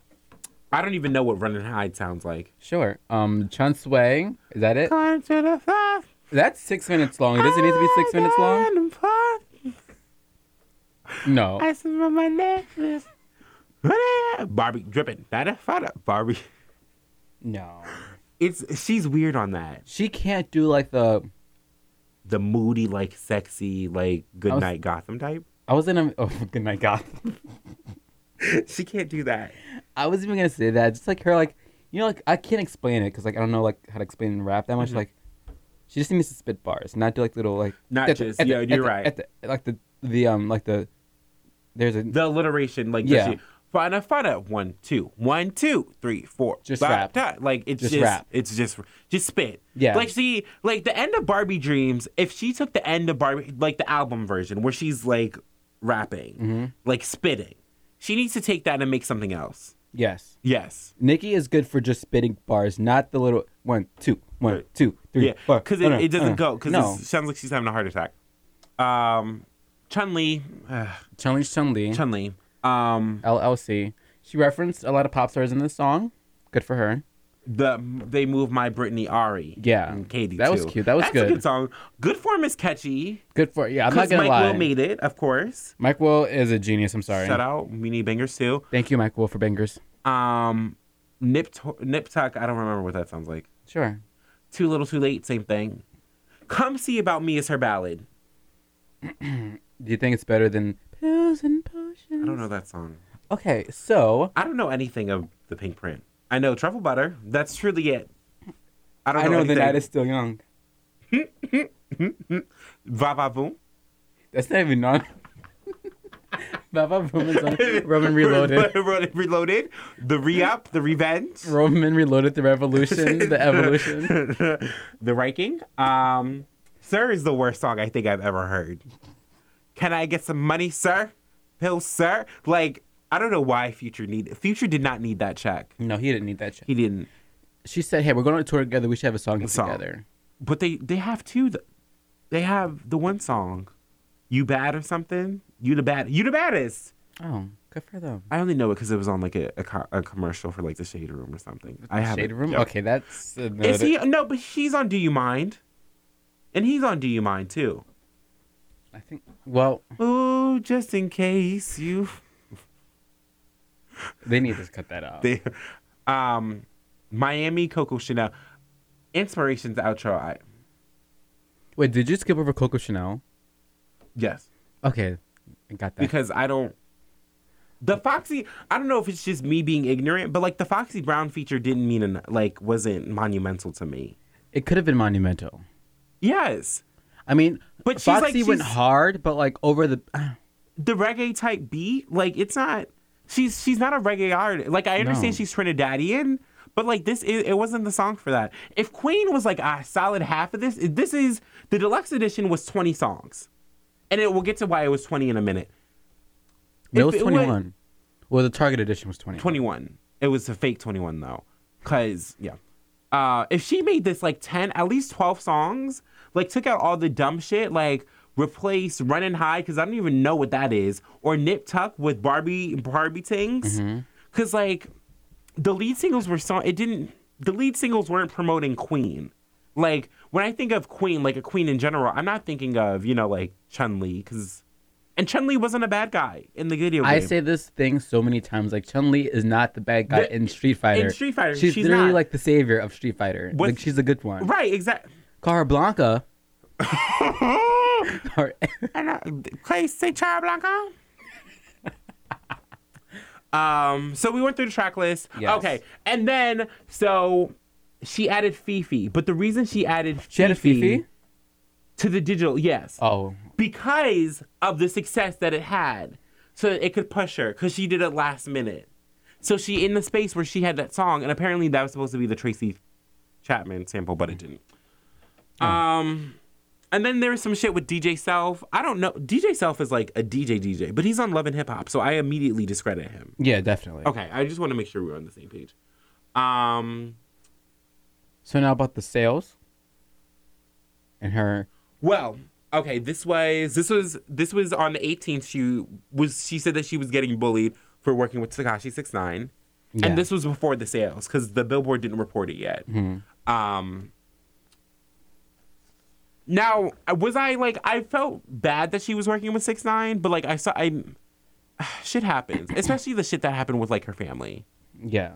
S3: I don't even know what running hide sounds like.
S4: Sure. Um, Chun Sway, is that it?
S3: Going to the five.
S4: That's six minutes long. Does it need to be six minutes long? No.
S3: I smell my necklace. Barbie dripping. That a fada. Barbie.
S4: No.
S3: It's she's weird on that.
S4: She can't do like the
S3: The moody, like sexy, like good night Gotham type.
S4: I was in a oh good night God.
S3: She can't do that.
S4: I was even gonna say that. Just like her, like you know, like I can't explain it because like I don't know like how to explain and rap that
S3: Mm-hmm.
S4: much. Like she just needs to spit bars, not do like little like
S3: Not just- yeah, you're right.
S4: At the, like the the um like the there's a
S3: The alliteration, like
S4: Yeah.
S3: yeah. Fada fada one two one two three four.
S4: Just
S3: Ba-
S4: rap.
S3: da. Like it's
S4: Just
S3: just,
S4: rap.
S3: It's just just spit.
S4: Yeah.
S3: Like see, like the end of Barbie Dreams. If she took the end of Barbie, like the album version where she's like rapping,
S4: Mm-hmm.
S3: like spitting, she needs to take that and make something else.
S4: yes.
S3: Yes.
S4: Nikki is good for just spitting bars, not the little one, two, one,
S3: Right.
S4: two, three,
S3: yeah,
S4: four.
S3: because
S4: Oh,
S3: it,
S4: no,
S3: it doesn't
S4: uh,
S3: go. Because
S4: no,
S3: it sounds like she's having a heart attack. Um, Chun Li,
S4: challenge Chun Li,
S3: Chun Li. Um,
S4: LLC. She referenced a lot of pop stars in this song. Good for her.
S3: the they move my Brittany Ari.
S4: Yeah.
S3: and Katie.
S4: That was
S3: too.
S4: cute. That was
S3: That's
S4: good.
S3: A good song. Good form is catchy.
S4: Good for yeah. I'm
S3: Because
S4: not gonna
S3: Mike
S4: lie.
S3: Will made it, of course.
S4: Mike Will is a genius. I'm sorry.
S3: Shout out. We need bangers too.
S4: Thank you, Mike Will, for bangers.
S3: Um, Nip to- Nip Tuck. I don't remember what that sounds like.
S4: Sure.
S3: Too little, too late. Same thing. Come see about me is her ballad.
S4: Do you think it's better than pills and potions?
S3: I don't know that song.
S4: Okay, so
S3: I don't know anything of the Pink Print. I know Truffle Butter. That's truly it. I don't
S4: I
S3: know,
S4: know the
S3: anything.
S4: night is still young.
S3: Va Va Voom.
S4: That's not even non. Baba Roman's on Roman Reloaded.
S3: Reloaded. Reloaded. The re up. The revenge.
S4: Roman Reloaded the Revolution, the Evolution.
S3: the Riking. Um, Sir is the worst song I think I've ever heard. Can I get some money, sir? Pills, sir? Like, I don't know why Future need Future did not need that check.
S4: No, he didn't need that shit.
S3: He didn't.
S4: She said, "Hey, we're going on a tour together. We should have a song
S3: song.
S4: together."
S3: But they they have two. th- They have the one song, "You Bad" or something. You the bad. You the baddest.
S4: Oh, good for them.
S3: I only know it because it was on like a, a, co- a commercial for like the Shade Room or something. I have
S4: Shade room.
S3: Yeah.
S4: Okay, that's. Uh, no,
S3: Is he no? But he's on Do You Mind, and he's on Do You Mind too.
S4: I think. Well,
S3: Ooh, just in case you.
S4: they need to cut that out.
S3: They, um, Miami Coco Chanel, inspirations outro. I
S4: Wait, did you skip over Coco Chanel?
S3: yes
S4: Okay, I got that.
S3: because I don't. The Foxy, I don't know if it's just me being ignorant, but like the Foxy Brown feature didn't mean an, like wasn't monumental to me.
S4: it could have been monumental.
S3: Yes,
S4: I mean,
S3: But she's like-
S4: Foxy went
S3: she's-
S4: hard, but like over the.
S3: the reggae type beat, like it's not. She's she's not a reggae artist. Like I understand
S4: No.
S3: she's Trinidadian, but like this is it wasn't the song for that. If Queen was like a solid half of this, this is the deluxe edition was twenty songs, and it we'll get to why it was twenty in a minute.
S4: No, it was
S3: If it went-
S4: 21. well, the Target edition was 21.
S3: 21. It was a fake 21 though. Cause yeah. Uh if she made this like 10, at least 12 songs, like took out all the dumb shit, like replace Running High, because I don't even know what that is, or Nip Tuck with Barbie Barbie Tings.
S4: Mm-hmm.
S3: Cause like the lead singles were so it didn't the lead singles weren't promoting Queen. Like when I think of Queen, like a Queen in general, I'm not thinking of, you know, like Chun Li, because and Chun Li wasn't a bad guy in the video game.
S4: I say this thing so many times. Like Chun Li is not the bad guy
S3: The-
S4: in Street Fighter.
S3: Street Fighter,
S4: she's,
S3: she's
S4: literally
S3: not.
S4: like the savior of Street Fighter.
S3: With-
S4: like she's a good one.
S3: Right, exactly.
S4: Casablanca. or-
S3: And I, please say Blanca. um, so we went through the track list.
S4: Yes.
S3: Okay, and then so she added Fifi, but the reason she added
S4: she had a Fifi.
S3: to the digital, yes,
S4: Oh,
S3: because of the success that it had, so that it could push her because she did it last minute. So she in the space where she had that song, and apparently that was supposed to be the Tracy Chapman sample, but it didn't. Um, and then there was some shit with DJ Self. I don't know. DJ Self is like a DJ DJ, but he's on Love and Hip Hop, so I immediately discredit him.
S4: yeah, definitely.
S3: Okay, I just want to make sure we're on the same page. Um,
S4: So now about the sales. And her.
S3: Well, okay, this was this was this was on the 18th. She was she said that she was getting bullied for working with Takashi 69.
S4: Yeah.
S3: And this was before the sales cuz the Billboard didn't report it yet. Um Now, was I like I felt bad that she was working with 69, but like I saw I shit happens, especially the shit that happened with like her family,
S4: Yeah.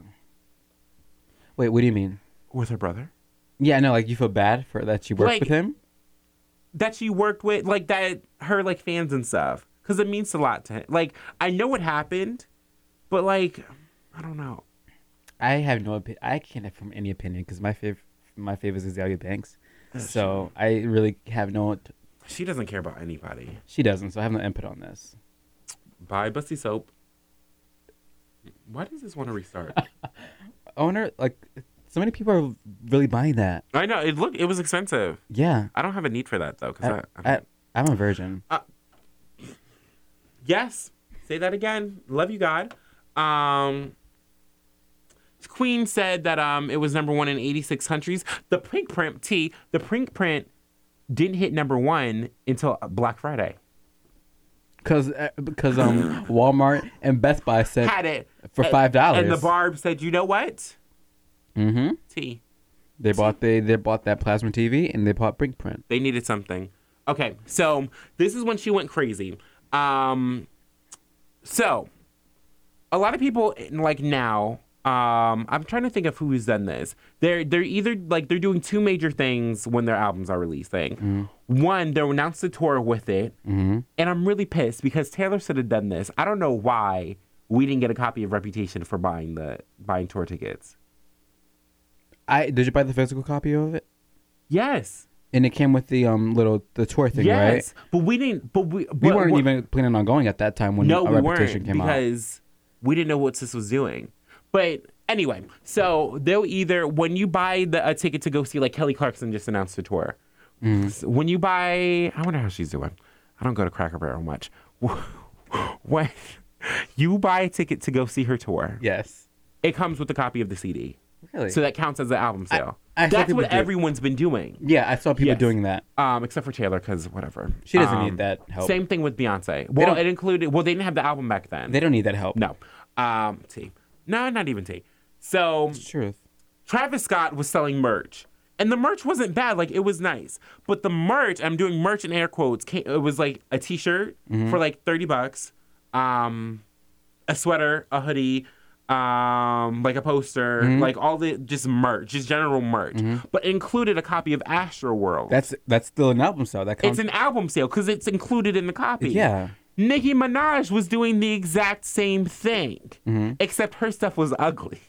S4: Wait, what do you mean?
S3: with her brother.
S4: Yeah, no, like you feel bad for that she worked
S3: Like-
S4: with him.
S3: that she worked with, like that her like fans and stuff, because it means a lot to him. Like I know what happened, but like I don't know.
S4: I have no opinion. I can't have from any opinion because my fav my favorite is Azalea Banks, so I really have no. T-
S3: She doesn't care about anybody.
S4: she doesn't, so I have no input on this.
S3: Bye, Busty Soap. Why does this want to restart?
S4: Owner, like so many people are really buying that.
S3: I know it looked it was expensive.
S4: Yeah,
S3: I don't have a need for that though, because
S4: I,
S3: I,
S4: I, I'm a virgin.
S3: yes, say that again. Love you, God. Um, Queen said that um, it was number one in 86 countries. The Pink Print T, the Pink Print didn't hit number one until Black Friday.
S4: Cause, uh, because um, Walmart and Best Buy said
S3: Had it
S4: Uh, for
S3: And-
S4: five dollars.
S3: And the Barb said, "You know what?
S4: Mm-hmm.
S3: T.
S4: They bought they they bought that plasma TV and they bought Brink Print.
S3: They needed something." Okay, so this is when she went crazy. Um, so a lot of people like now um i'm trying to think of who's done this they're they're either like they're doing two major things when their albums are releasing
S4: Mm-hmm.
S3: one they'll announce the tour with it and i'm really pissed because taylor should have done this i don't know why we didn't get a copy of reputation for buying the buying tour tickets
S4: I did you buy the physical copy of it?
S3: yes
S4: And it came with the um little the tour thing, right?
S3: yes but we didn't but we
S4: We
S3: but
S4: weren't
S3: what-
S4: even planning on going at that time when
S3: no,
S4: our
S3: we
S4: reputation
S3: weren't
S4: came out.
S3: because we didn't know what sis was doing. But anyway, so they'll either when you buy the, a ticket to go see like Kelly Clarkson just announced the tour.
S4: Mm.
S3: When you buy, I wonder how she's doing. I don't go to Cracker Barrel much. when you buy a ticket to go see her tour,
S4: Yes.
S3: it comes with a copy of the CD,
S4: Really?
S3: so that counts as an album sale.
S4: I saw
S3: That's
S4: people
S3: what
S4: do-
S3: everyone's been doing,
S4: yeah, I saw people
S3: Yes.
S4: doing that.
S3: um, except for Taylor, because whatever.
S4: She doesn't
S3: Um,
S4: need that help.
S3: Same thing with Beyonce. Well,
S4: don't-
S3: it included. Well, they didn't have the album back then.
S4: They don't need that help.
S3: No. Um, T. No, not even T. So
S4: It's the truth.
S3: Travis Scott was selling merch. And the merch wasn't bad, like it was nice. But the merch, I'm doing merch in air quotes, came, it was like a t-shirt
S4: Mm-hmm.
S3: for like 30 bucks, um, a sweater, a hoodie, um, like a poster,
S4: Mm-hmm.
S3: like all the just merch, just general merch. But it included a copy of Astro World.
S4: That's that's still an album sale. That
S3: it's
S4: counts.
S3: an album sale because it's included in the copy.
S4: yeah.
S3: Nicki Minaj was doing the exact same thing,
S4: Mm-hmm.
S3: except her stuff was ugly.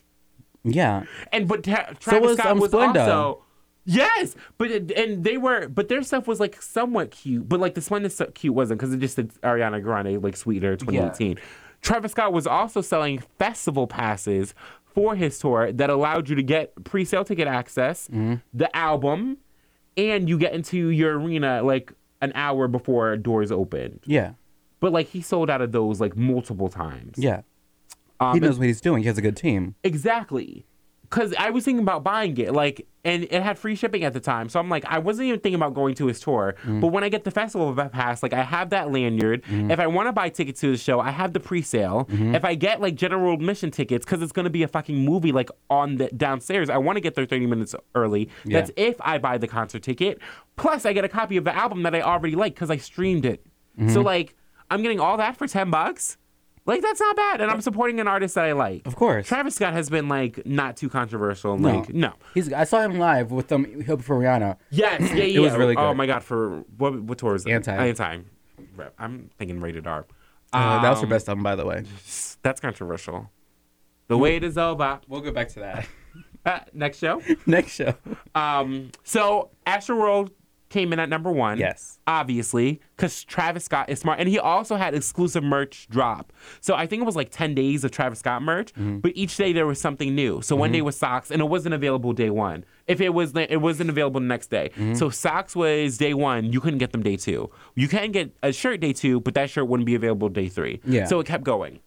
S4: Yeah.
S3: And but ta- Travis
S4: was,
S3: Scott
S4: um,
S3: was
S4: Splenda.
S3: also yes, but it- and they were but their stuff was like somewhat cute, but like the Splenda stuff cute wasn't because it just said Ariana Grande like sweeter 2018. Travis Scott was also selling festival passes for his tour that allowed you to get pre-sale ticket access,
S4: Mm-hmm.
S3: the album, and you get into your arena like an hour before doors open.
S4: Yeah.
S3: But like he sold out of those like multiple times.
S4: Yeah.
S3: Um,
S4: he knows what he's doing. He has a good team.
S3: Exactly. Cause I was thinking about buying it, like, and it had free shipping at the time. So I'm like, I wasn't even thinking about going to his tour.
S4: Mm.
S3: But when I get the festival pass, like, I have that lanyard.
S4: Mm-hmm.
S3: If I want to buy tickets to the show, I have the pre-sale. If I get like general admission tickets, cause it's gonna be a fucking movie, like on the downstairs. I want to get there 30 minutes early.
S4: Yeah.
S3: That's if I buy the concert ticket. Plus, I get a copy of the album that I already like, cause I streamed it.
S4: Mm-hmm.
S3: So like, I'm getting all that for 10 bucks. Like that's not bad, and I'm supporting an artist that I like.
S4: Of course.
S3: Travis Scott has been like not too controversial.
S4: No.
S3: Like no,
S4: He's I saw him live with um help for Rihanna.
S3: yes, yeah, yeah.
S4: It was
S3: yeah.
S4: really
S3: Oh
S4: good.
S3: my god, for what what tour is it?
S4: Anti.
S3: anti. Rep. I'm thinking rated R.
S4: Uh, that was her
S3: Um,
S4: best album, by the way.
S3: That's controversial. The wait is over.
S4: We'll go back to that
S3: Uh, next show.
S4: next show.
S3: Um, so Astroworld came in at number one.
S4: Yes.
S3: Obviously, because Travis Scott is smart. And he also had exclusive merch drop. So I think it was like 10 days of Travis Scott merch,
S4: Mm-hmm.
S3: but each day there was something new. So one day was socks, and it wasn't available day one. If it was, it wasn't available the next day.
S4: Mm-hmm.
S3: So socks was day one. You couldn't get them day two. You can get a shirt day two, but that shirt wouldn't be available day three.
S4: Yeah.
S3: So it kept going.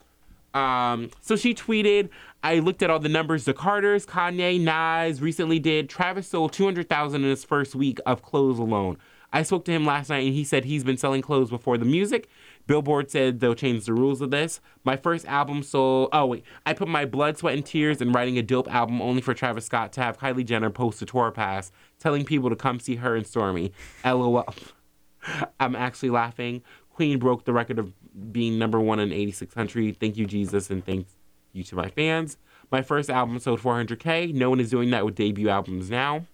S3: Um, so she tweeted, I looked at all the numbers. The Carters, Kanye, Nas recently did. Travis sold 200,000 in his first week of clothes alone. I spoke to him last night and he said he's been selling clothes before the music. Billboard said they'll change the rules of this. My first album sold. Oh, wait. I put my blood, sweat, and tears in writing a dope album only for Travis Scott to have Kylie Jenner post a tour pass telling people to come see her and Stormy. LOL. I'm actually laughing. Queen broke the record of being number one in 86 country. Thank you, Jesus, and thank you to my fans. My first album sold 400k. No one is doing that with debut albums now.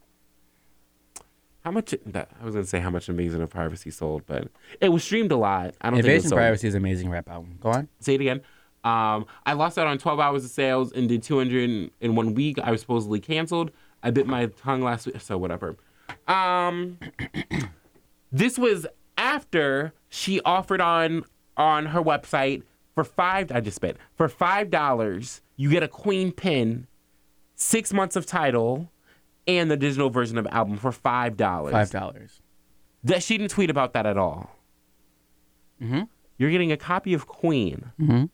S3: How much? That, I was gonna say how much Invasion of Privacy sold, but it was streamed a lot. I don't think it
S4: Invasion
S3: was
S4: of
S3: sold.
S4: Privacy is an amazing rap album. Go on.
S3: Say it again. Um, I lost out on 12 hours of sales and did 200 in one week. I was supposedly canceled. I bit my tongue last week, so whatever. Um, this was after she offered on on her website for five. I just spent for five dollars. You get a queen pin, six months of title, and the digital version of album for five dollars.
S4: Five dollars.
S3: That she didn't tweet about that at all.
S4: Mhm.
S3: You're getting a copy of Queen,
S4: Mm-hmm.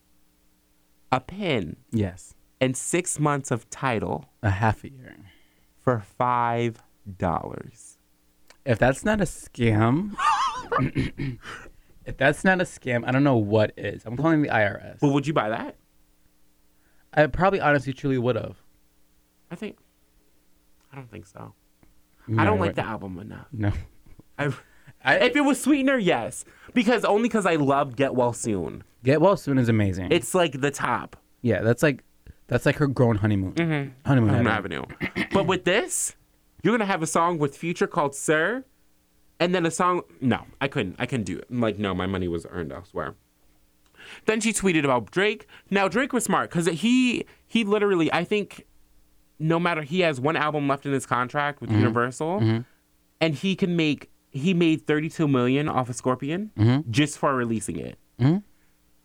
S3: a pin,
S4: Yes.
S3: and six months of title
S4: A half a year.
S3: for five dollars.
S4: If that's not a scam, if that's not a scam, I don't know what is. I'm calling the IRS.
S3: Well, would you buy that?
S4: I probably honestly truly would have.
S3: I think. I don't think so. I don't like the album enough.
S4: No.
S3: I,
S4: I-
S3: if it was Sweetener, yes, because only because I love Get Well Soon.
S4: Get Well Soon is amazing.
S3: It's like the top
S4: yeah, that's like that's like her grown honeymoon.
S3: Mm-hmm.
S4: Honeymoon.
S3: Moon
S4: habit.
S3: Avenue. but with this, you're gonna have a song with Future called Sir, and then a song. No, I couldn't. I couldn't do it. I'm like, no, my money was earned elsewhere. Then she tweeted about Drake. Now Drake was smart because he he literally, I think, no matter he has one album left in his contract with Universal, and he can make he made 32 million off of Scorpion just for releasing it.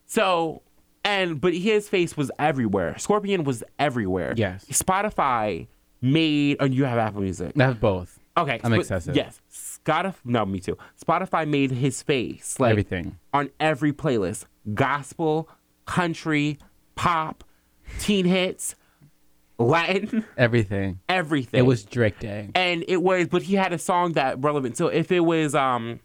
S3: So, and but his face was everywhere. Scorpion was everywhere.
S4: Yes.
S3: Spotify made, and you have Apple Music.
S4: That's both.
S3: Okay.
S4: I'm
S3: Sp-
S4: excessive.
S3: Yes. Spotify. No, me too. Spotify made his face like
S4: Everything.
S3: on every playlist: gospel, country, pop, teen hits, Latin,
S4: Everything.
S3: everything.
S4: It was Drake Day.
S3: and it was, but he had a song that relevant. So if it was, um,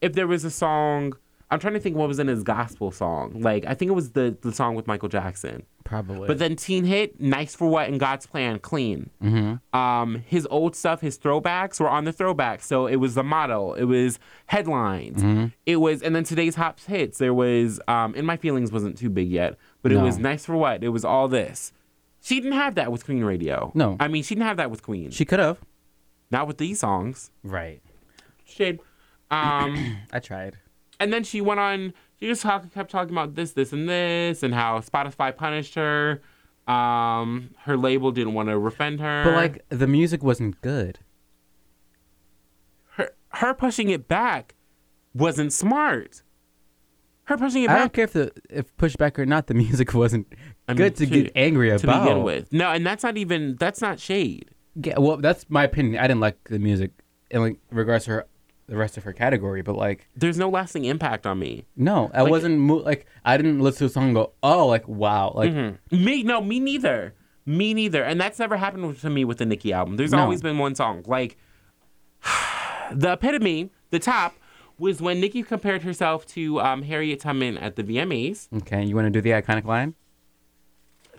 S3: if there was a song. I'm trying to think what was in his gospel song. Like I think it was the the song with Michael Jackson.
S4: Probably.
S3: But then Teen Hit, Nice for What, and God's Plan, Clean.
S4: Mm-hmm.
S3: Um, his old stuff, his throwbacks were on the throwback. So it was the motto, it was headlines,
S4: Mm-hmm.
S3: it was, and then today's hot hits. There was, um, and my feelings wasn't too big yet, but it
S4: No.
S3: was Nice for What. It was all this. She didn't have that with Queen Radio.
S4: No.
S3: I mean, she didn't have that with Queen.
S4: she could have.
S3: Not with these songs.
S4: Right.
S3: Shit. Um.
S4: I tried.
S3: and then she went on. She just talk, kept talking about this, this, and this, and how Spotify punished her. Um, her label didn't want to offend her.
S4: But like the music wasn't good.
S3: her, her pushing it back wasn't smart. Her pushing it
S4: I
S3: back
S4: don't care if the if pushback or not, the music wasn't
S3: I mean,
S4: good to, get angry
S3: to
S4: about.
S3: begin with. No, and that's not even that's not shade.
S4: Yeah, well, that's my opinion. I didn't like the music in like regards to her, the rest of her category, but like
S3: There's no lasting impact on me.
S4: no, I wasn't mo- like I didn't listen to a song and go, oh, like wow, like
S3: Mm-hmm. Me no, me neither. Me neither. And that's never happened to me with the Nicki album. There's
S4: No.
S3: always been one song. Like the epitome, the top, was when Nicki compared herself to um, Harriet Tubman at the VMAs.
S4: okay, you want to do the iconic line?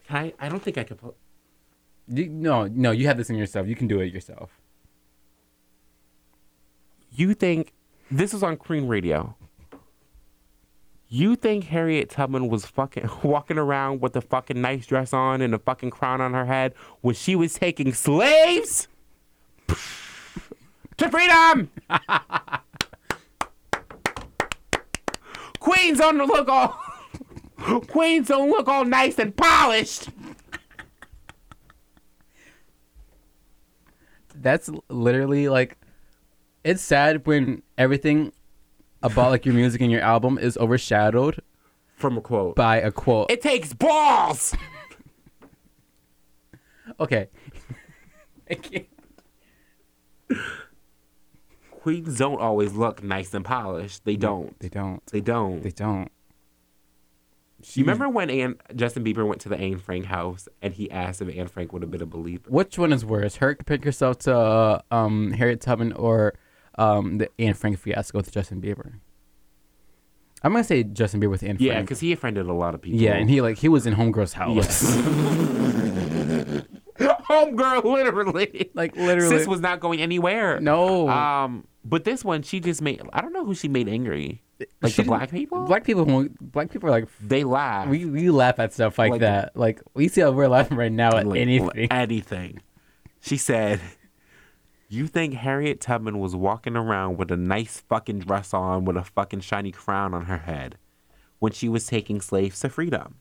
S3: Can I I don't think I could pull
S4: You, no, no, you have this in yourself. You can do it yourself.
S3: You think this was on Queen Radio. You think Harriet Tubman was fucking walking around with a fucking nice dress on and a fucking crown on her head when she was taking slaves to freedom? Queens on the look all Queens don't look all nice and polished.
S4: That's l- literally like, it's sad when everything about like your music and your album is overshadowed
S3: From a quote.
S4: by a quote.
S3: it takes balls.
S4: okay. I can't.
S3: Queens don't always look nice and polished. They don't.
S4: They don't.
S3: They don't.
S4: They don't.
S3: you
S4: Hmm.
S3: remember when Anne, Justin Bieber went to the Anne Frank house and he asked if Anne Frank would have been a believer?
S4: Which one is worse? Her pick herself to uh, um, Harriet Tubman or um, the Anne Frank fiasco with Justin Bieber. I'm gonna say Justin Bieber with Anne
S3: Yeah,
S4: Frank.
S3: because he offended a lot of people.
S4: yeah, and he like he was in Homegirl's house.
S3: Yes. Homegirl, literally.
S4: like literally.
S3: Sis was not going anywhere.
S4: no.
S3: Um, but this one, she just made, I don't know who she made angry. Like the
S4: She didn't-
S3: black people?
S4: Black people. won't- Black people are like
S3: They laugh.
S4: we, we laugh at stuff like,
S3: Like-
S4: that. Like we see how we're laughing right now at
S3: Like,
S4: anything.
S3: Anything. She said, You think Harriet Tubman was walking around with a nice fucking dress on with a fucking shiny crown on her head when she was taking slaves to freedom?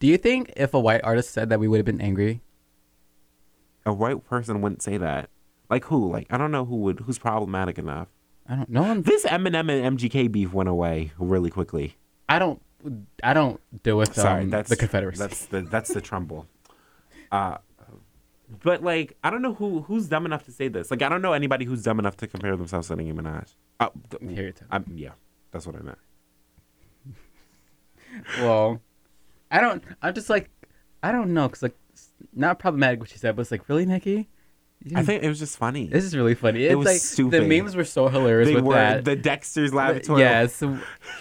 S4: Do you think if a white artist said that we would have been angry?
S3: A white person wouldn't say that. Like who? Like I don't know who would who's problematic enough.
S4: I don't. No one.
S3: This Eminem and MGK beef went away really quickly.
S4: I don't. I don't deal with um,
S3: Sorry, that's
S4: the Confederacy.
S3: That's the that's the trumbull. Uh, but like, I don't know who who's dumb enough to say this. Like, I don't know anybody who's dumb enough to compare themselves to Nicki Minaj. Uh, th-
S4: Harriet Tubman.
S3: I'm, yeah, that's what I meant.
S4: Well, I don't. I'm just like I don't know, cause like it's not problematic what she said, but it's like really Nikki.
S3: I
S4: You didn't-
S3: think it was just funny.
S4: this Mm. is really funny. It's
S3: was
S4: like the
S3: stupid.
S4: memes were so hilarious
S3: they
S4: with
S3: were
S4: that.
S3: the Dexter's Laboratory.
S4: yes,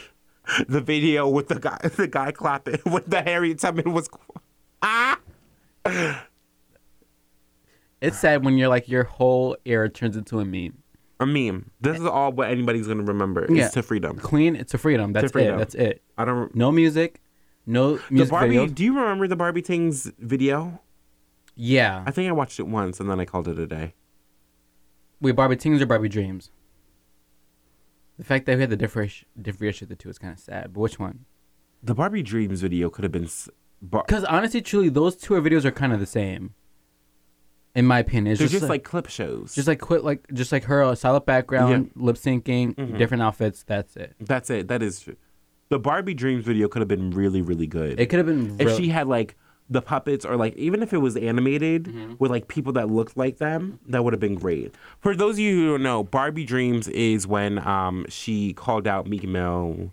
S3: The video with the guy, the guy clapping with the Harry Tubman was. Ah.
S4: it's sad when you're like your whole era turns into a meme.
S3: A meme. This is all what anybody's gonna remember. Is
S4: Yeah.
S3: to freedom.
S4: Clean, it's a freedom. That's
S3: freedom.
S4: it. That's it.
S3: I don't.
S4: No music, no
S3: The
S4: music
S3: Barbie.
S4: videos.
S3: Do you remember the Barbie Tings video?
S4: yeah,
S3: I think I watched it once and then I called it a day.
S4: wait, Barbie Tings or Barbie Dreams? The fact that we had the differentiation differentiation of the two is kind of sad. But which one?
S3: The Barbie Dreams video could have been. s- Bar-
S4: Because honestly, truly, those two videos are kind of the same. In my opinion, it's
S3: They're just, like, clip shows.
S4: just like quit like just like her a solid background, lip syncing,
S3: Mm-hmm.
S4: different outfits. That's it.
S3: That's it. That is true. The Barbie Dreams video could have been really, really good.
S4: It could have been
S3: if
S4: real-
S3: she had like the puppets or like even if it was animated with like people that looked like them, that would have been great. For those of you who don't know, Barbie Dreams is when um she called out Meek Mill,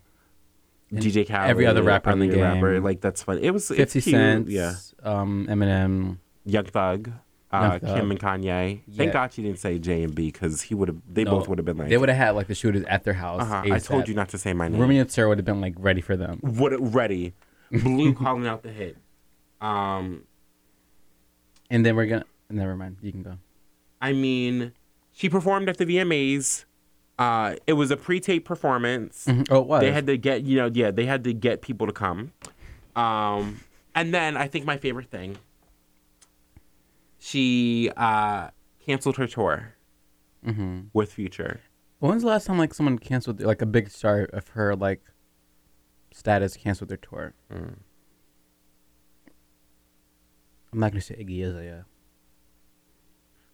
S3: DJ Khaled,
S4: every other rapper in the
S3: other
S4: game.
S3: Like that's fun. It was
S4: Fifty
S3: it's cute.
S4: Cent,
S3: yeah,
S4: um, Eminem.
S3: Young Thug. Uh,
S4: Young Thug.
S3: Kim and Kanye.
S4: Yeah.
S3: Thank God she didn't say J and B because he would have. They both would have been like.
S4: they would have had like the shooters at their house.
S3: uh-huh, I told
S4: ASAP.
S3: you not to say my name.
S4: Rumi and Sir would have been like ready for them.
S3: what ready. Blue calling out the hit. Um,
S4: And then we're gonna. Never mind. You can go.
S3: I mean, she performed at the VMAs. Uh, it was a pre-tape performance.
S4: Oh, it was.
S3: They had to get you know yeah they had to get people to come. Um, and then I think my favorite thing. She uh, canceled her tour with Future.
S4: When's Mm-hmm. the last time like someone canceled like a big star of her like status canceled their tour?
S3: Mm.
S4: I'm not gonna say Iggy Azalea.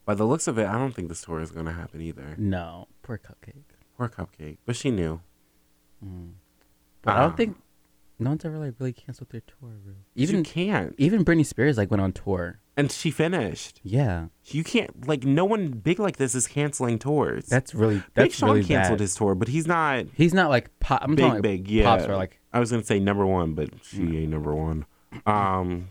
S3: By the looks of it, I don't think this tour is gonna happen either.
S4: No, poor Cupcake.
S3: Poor Cupcake, but she knew.
S4: But Mm. I
S3: Ah.
S4: don't think no one's ever like really canceled their tour. Really.
S3: you
S4: Even
S3: can't,
S4: even Britney Spears like went on tour.
S3: and she finished.
S4: Yeah,
S3: You can't like no one big like this is canceling tours.
S4: that's really that's
S3: Big Sean
S4: really
S3: canceled
S4: bad.
S3: his tour, but he's not
S4: He's not like pop. I'm
S3: big,
S4: talking like
S3: big. Yeah,
S4: pop star. Like Mm.
S3: I was gonna say number one, but she ain't number one. Um,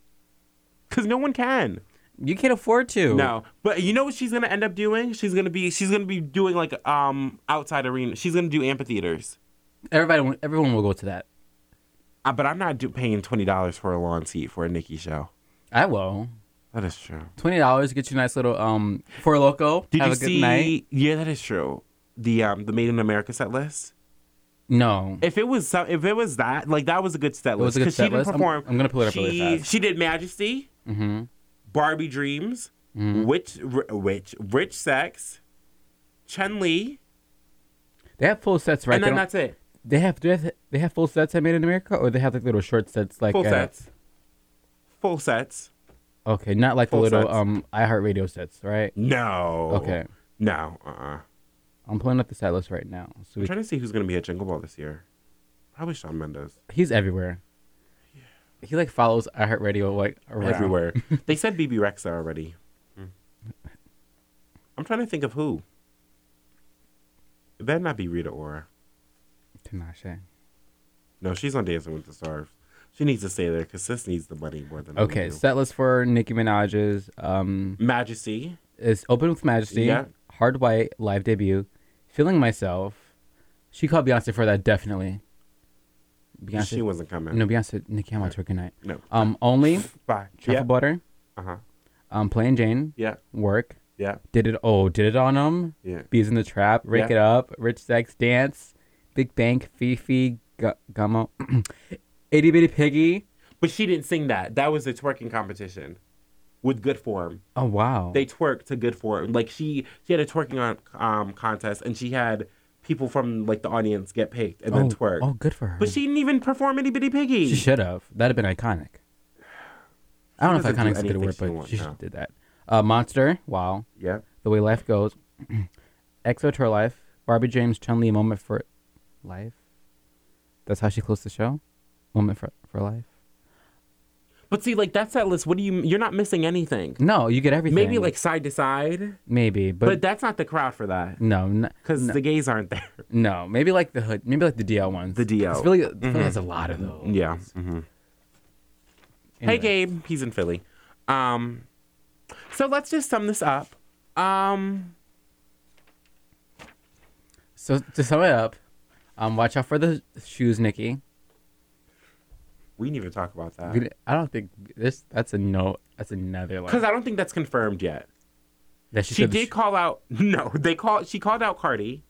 S3: cause no one can.
S4: you can't afford to.
S3: No, but you know what she's gonna end up doing? She's gonna be she's gonna be doing like um outside arena. She's gonna do amphitheaters.
S4: everybody, everyone will go to that.
S3: Uh, but I'm not do- paying twenty dollars for a lawn seat for a Nicki show.
S4: I will.
S3: That is true.
S4: Twenty dollars get you a nice little um for a loco.
S3: Did
S4: have
S3: you
S4: a good
S3: see?
S4: night.
S3: Yeah, that is true. The um the Made in America set list.
S4: No,
S3: If it was some, if it was that, like that was a good set
S4: was
S3: list
S4: a good
S3: because she
S4: set
S3: didn't
S4: list. I'm-
S3: perform.
S4: I'm gonna pull it up
S3: she,
S4: really fast. Mm-hmm.
S3: She did Majesty, Barbie Dreams, Witch, R- Witch, Rich Sex, Chen Li,
S4: they have full sets, right?
S3: and
S4: They
S3: then
S4: don't-
S3: that's it.
S4: They have do they have- they have full sets at Made in America, or they have like little short sets, like
S3: Full
S4: uh,
S3: sets, full sets.
S4: Okay, not like
S3: Full
S4: the little
S3: sets.
S4: um iHeartRadio sets, right?
S3: No.
S4: Okay,
S3: No. Uh. uh
S4: I'm pulling up the set list right now. So
S3: I'm
S4: we,
S3: trying to see who's gonna be at Jingle Ball this year. Probably Shawn Mendes.
S4: he's everywhere. He like follows iHeartRadio like around.
S3: Everywhere. they said BB Rexa already. Mm. I'm trying to think of who. It better not be Rita Ora.
S4: Tinashe.
S3: No, she's on Dancing with the Stars. She needs to stay there because Sis needs the money more than
S4: Okay,
S3: we do.
S4: set list for Nicki Minaj's um
S3: Majesty.
S4: is Open with Majesty,
S3: Yeah.
S4: Hard White live debut, Feeling Myself. She called Beyonce for that definitely. Beyonce,
S3: She wasn't coming.
S4: no Beyonce, Nicki, I'm on tour tonight.
S3: No.
S4: Um, only
S3: Bye.
S4: Truffle
S3: Yeah.
S4: Butter,
S3: Uh huh.
S4: um, Plain Jane,
S3: Yeah.
S4: Work,
S3: Yeah.
S4: Did It Oh, Did It On 'Em,
S3: Yeah.
S4: Bees in the Trap, Rake
S3: Yeah.
S4: It Up, Rich Sex, Dance, Big Bang, Fifi, Gu- Gummo, Itty Bitty Piggy.
S3: But she didn't sing that. That was a twerking competition with good form.
S4: Oh wow,
S3: They twerked to good form. Like she, she had a twerking on, um, contest and she had people from like the audience get picked and
S4: oh,
S3: then twerk.
S4: Oh, good for her.
S3: But she didn't even perform Itty Bitty Piggy.
S4: She should have. That'd have been iconic. I don't know
S3: doesn't
S4: if
S3: do
S4: iconic is a good
S3: anything
S4: word,
S3: she
S4: but
S3: wants
S4: she should
S3: now.
S4: have did that. Uh, Monster, wow.
S3: Yeah.
S4: The Way Life Goes. Exo Tour Life. Barbie James, Chun Li, Moment for Life. That's how she closed the show? Moment for, for Life?
S3: But see, like that set list. What do you? You're not missing anything.
S4: No, you get everything.
S3: Maybe like side to side.
S4: Maybe, but,
S3: But, that's not the crowd for that.
S4: no, n-
S3: Because the gays aren't there.
S4: no. Maybe like the hood. Maybe like the DL ones.
S3: The Mm-hmm. DL. Mm-hmm.
S4: It's really, it's really has a lot of those.
S3: Yeah. Hey, Gabe. He's in Philly. Um, so let's just sum this up. Um,
S4: So to sum it up, um, watch out for the shoes, Nikki.
S3: we need to talk about
S4: We
S3: that
S4: d- I don't think this. That's a no. That's another
S3: because
S4: lie.
S3: I don't think that's confirmed yet.
S4: That she,
S3: She
S4: said the
S3: did
S4: sh-
S3: call out. No, they call. She called out Cardi,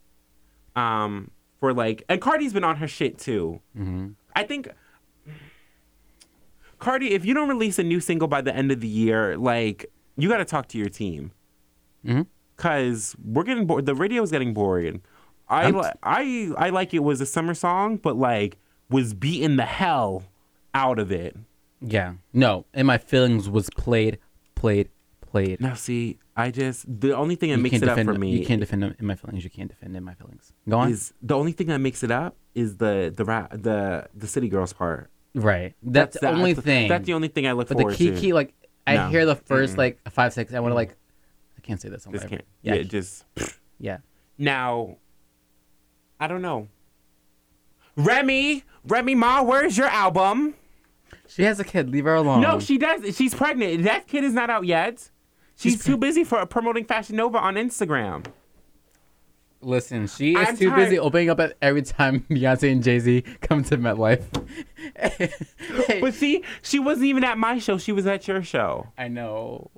S3: um, for like, and Cardi's been on her shit too.
S4: Mm-hmm.
S3: I think Cardi, if you don't release a new single by the end of the year, like you got to talk to your team,
S4: Mhm.
S3: cause we're getting bored. The radio's getting boring. I
S4: I'm
S3: li- I I like it was a summer song, but like was beating the hell out of it.
S4: yeah. No. And my feelings was played, played, played.
S3: Now see, I just the only thing that
S4: You
S3: makes
S4: can't
S3: it up
S4: defend,
S3: for me
S4: You can't defend them in my feelings. You can't defend in my feelings. Go on.
S3: is the only thing that makes it up is the the rap, the the city girls part.
S4: right. That's, the only thing.
S3: That's the only thing I look
S4: But the
S3: forward
S4: key
S3: to.
S4: key, like I
S3: No.
S4: hear the 1st like five seconds, I want to like, I can't say this on
S3: Just
S4: live.
S3: can't.
S4: Yeah,
S3: yeah, just
S4: yeah.
S3: Now, I don't know. Remy, Remy Ma, where's your album?
S4: She has a kid. Leave her alone.
S3: No, she does. She's pregnant. That kid is not out yet. She's, too busy for promoting Fashion Nova on Instagram.
S4: Listen, she is
S3: I'm
S4: too
S3: tired-
S4: busy opening up at every time Beyonce and Jay Z come to MetLife. Hey,
S3: But see, she wasn't even at my show. She was at your show.
S4: I know.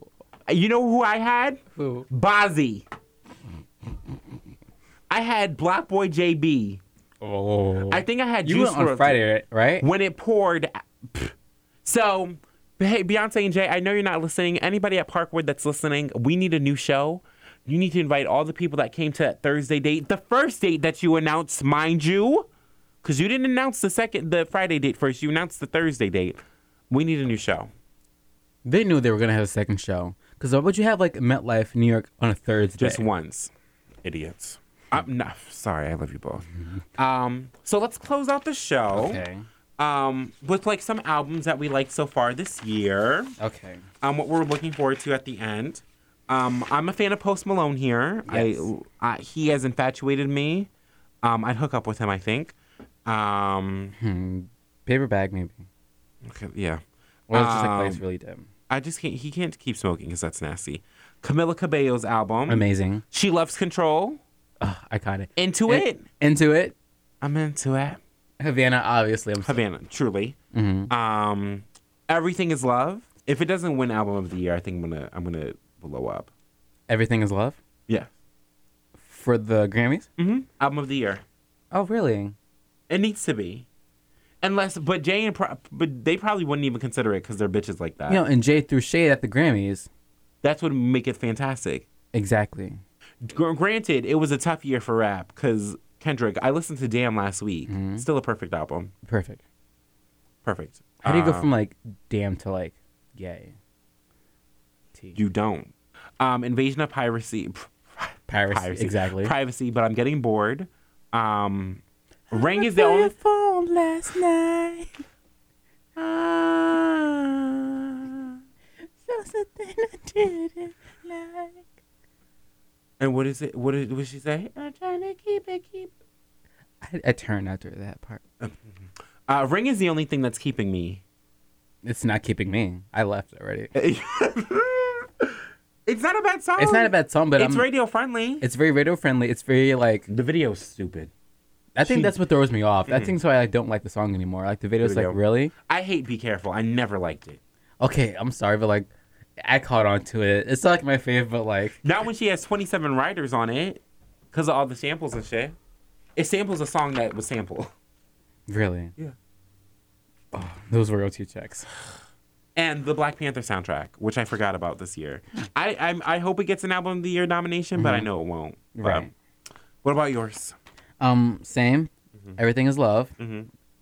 S3: You know who I had?
S4: Who?
S3: Bozzy. I had Black Boy JB.
S4: Oh,
S3: I think I had
S4: you
S3: Juice
S4: went on
S3: WRLD.
S4: Friday, right? right?
S3: when it poured. pfft. So, hey, Beyonce and Jay, I know you're not listening. Anybody at Parkwood that's listening, we need a new show. You need to invite all the people that came to that Thursday date, the first date that you announced, mind you, because you didn't announce the second, the Friday date first. You announced the Thursday date. We need a new show.
S4: They knew they were gonna have a second show. Cause why would you have like MetLife New York on a Thursday?
S3: Just once, idiots. I'm not sorry. I love you both. Um, so let's close out the show
S4: Mm-hmm. Okay.
S3: um, with like some albums that we liked so far this year.
S4: Okay.
S3: um, what we're looking forward to at the end. Um, I'm a fan of Post Malone here.
S4: Yes.
S3: I, I he has infatuated me. Um, I'd hook up with him. I think. Um,
S4: Hmm. Paper bag, maybe.
S3: okay, yeah.
S4: Or it's just like lights
S3: Um,
S4: really dim.
S3: I just can't. He can't keep smoking because that's nasty. Camila Cabello's album.
S4: Amazing.
S3: She loves control.
S4: Ugh, iconic.
S3: Into
S4: In-
S3: it.
S4: Into it.
S3: I'm into it.
S4: Havana, obviously. I'm
S3: Havana, truly.
S4: Mm-hmm.
S3: Um, everything is love. If it doesn't win album of the year, I think I'm gonna I'm gonna blow up.
S4: Everything is love
S3: Yeah.
S4: for the Grammys.
S3: Mm-hmm. Album of the year.
S4: Oh, really?
S3: It needs to be. Unless, but Jay and pro- but they probably wouldn't even consider it because they're bitches like that.
S4: You know, and Jay threw shade at the Grammys.
S3: That's what make it fantastic.
S4: Exactly.
S3: Gr- granted, it was a tough year for rap because Kendrick. I listened to Damn last week.
S4: Mm-hmm.
S3: Still a perfect album.
S4: Perfect.
S3: Perfect.
S4: How do you go
S3: Um,
S4: from like damn to like yay? T.
S3: You don't. Um, Invasion of piracy. p-
S4: piracy.
S3: Piracy.
S4: Exactly.
S3: Privacy. But I'm getting bored. Um, Ring is the only.
S4: phone last night.
S3: Ah. And what is it? What did, what did she say? I'm trying to keep it, keep it.
S4: I, I turned after that part.
S3: Uh, Ring is the only thing that's keeping me.
S4: It's not keeping me. I left already.
S3: It's not a bad song.
S4: It's not a bad song, but
S3: Um, It's
S4: I'm,
S3: radio friendly.
S4: it's very radio friendly. It's very like
S3: the video's stupid.
S4: I think
S3: She- Mm-hmm.
S4: that's what throws me off. I think so. I like, don't like the song anymore. Like the video's
S3: Video.
S4: like really
S3: I hate Be Careful. I never liked it.
S4: okay. I'm sorry, but like I caught on to it. It's not like my favorite, but like
S3: Not when she has 27 writers on it because of all the samples and shit. It samples a song that was sampled.
S4: really.
S3: Yeah.
S4: Oh, those royalty checks.
S3: And the Black Panther soundtrack, which I forgot about this year. I I'm, I hope it gets an Album of the Year nomination, but I know it won't. But,
S4: Right.
S3: What about yours?
S4: Um, same.
S3: Mm-hmm.
S4: Everything is love.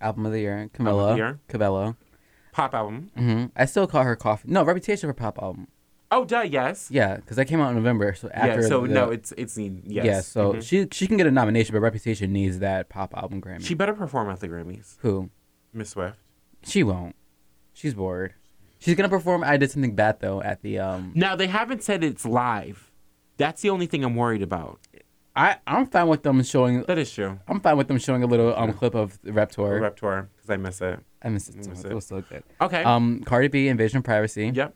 S4: Album of the year, Camilla
S3: year.
S4: Cabello.
S3: Pop album?
S4: hmm I still call her coffee. No, Reputation for pop album.
S3: Oh, duh, yes.
S4: Yeah, because that came out in November. So after
S3: yeah, so
S4: the-
S3: no, it's, it's, yes. Mm-hmm.
S4: yeah. So she she can get a nomination, but Reputation needs that pop album Grammy.
S3: she better perform at the Grammys,
S4: Who?
S3: Miss Swift.
S4: She won't. She's bored. She's gonna perform. I did something bad though at the um.
S3: Now they haven't said it's live. That's the only thing I'm worried about.
S4: I I'm fine with them showing.
S3: That is true.
S4: I'm fine with them showing a little um clip of the rep tour.
S3: Repertoire, because I miss it.
S4: I miss it so much. It was so good.
S3: Okay.
S4: Um, Cardi B, Invasion of Privacy.
S3: Yep.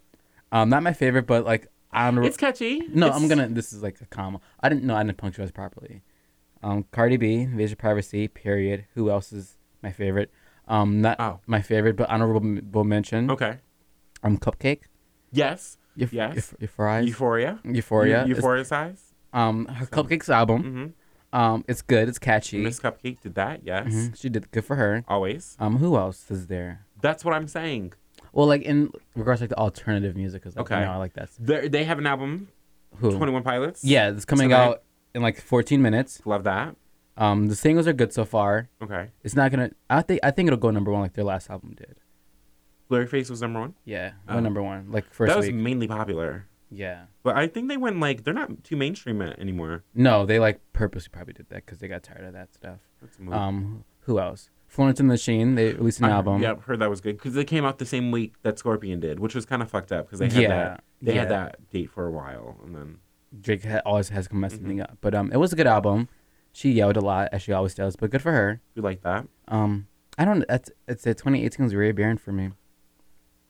S4: Um, not my favorite, but like honorable.
S3: It's catchy.
S4: No,
S3: It's-
S4: I'm gonna. This is like a comma. I didn't know I didn't punctuate properly. Um, Cardi B, Invasion of Privacy. Period. Who else is my favorite? Um, not
S3: Oh.
S4: my favorite, but honorable mention.
S3: Okay.
S4: Um, Cupcake.
S3: Yes.
S4: Euph-
S3: yes.
S4: Euph- Euphoria's-
S3: Euphoria.
S4: Euphoria.
S3: Eu-
S4: is-
S3: Euphoria size.
S4: Um, her Cupcakes album. Um, it's good. It's catchy.
S3: Miss Cupcake Mm-hmm. did that. Yes.
S4: Mhm, She did good for her.
S3: Always.
S4: Um, who else is there?
S3: That's what I'm saying.
S4: Well, like in regards to like the alternative music, cause like,
S3: Okay.
S4: you know, I like that.
S3: They're, they have an album.
S4: Who?
S3: Twenty One Pilots.
S4: Yeah, it's coming
S3: Tonight.
S4: out in like 14 minutes.
S3: Love that.
S4: Um, the singles are good so far.
S3: Okay.
S4: It's not gonna. I think. I think it'll go number one like their last album did.
S3: Blurry Face was number one.
S4: Yeah,
S3: Oh.
S4: went number one like first
S3: that was
S4: week.
S3: mainly popular.
S4: yeah.
S3: But I think they went like they're not too mainstream a- anymore.
S4: No, they like purposely probably did that because they got tired of that stuff.
S3: That's a move.
S4: Um, who else? Florence and the Machine. They released an
S3: I-
S4: album.
S3: Uh-huh, Yep, heard that was good because they came out the same week that Scorpion did, which was kind of fucked up because they had
S4: Yeah,
S3: that they had
S4: yeah.
S3: that date for a while and then
S4: Drake ha- always has to
S3: Mm-hmm.
S4: mess something up, but um, it was a good album. She yelled a lot as she always does, but good for her.
S3: we like that.
S4: Um, I don't. That's it's a 2018 was very barren for me.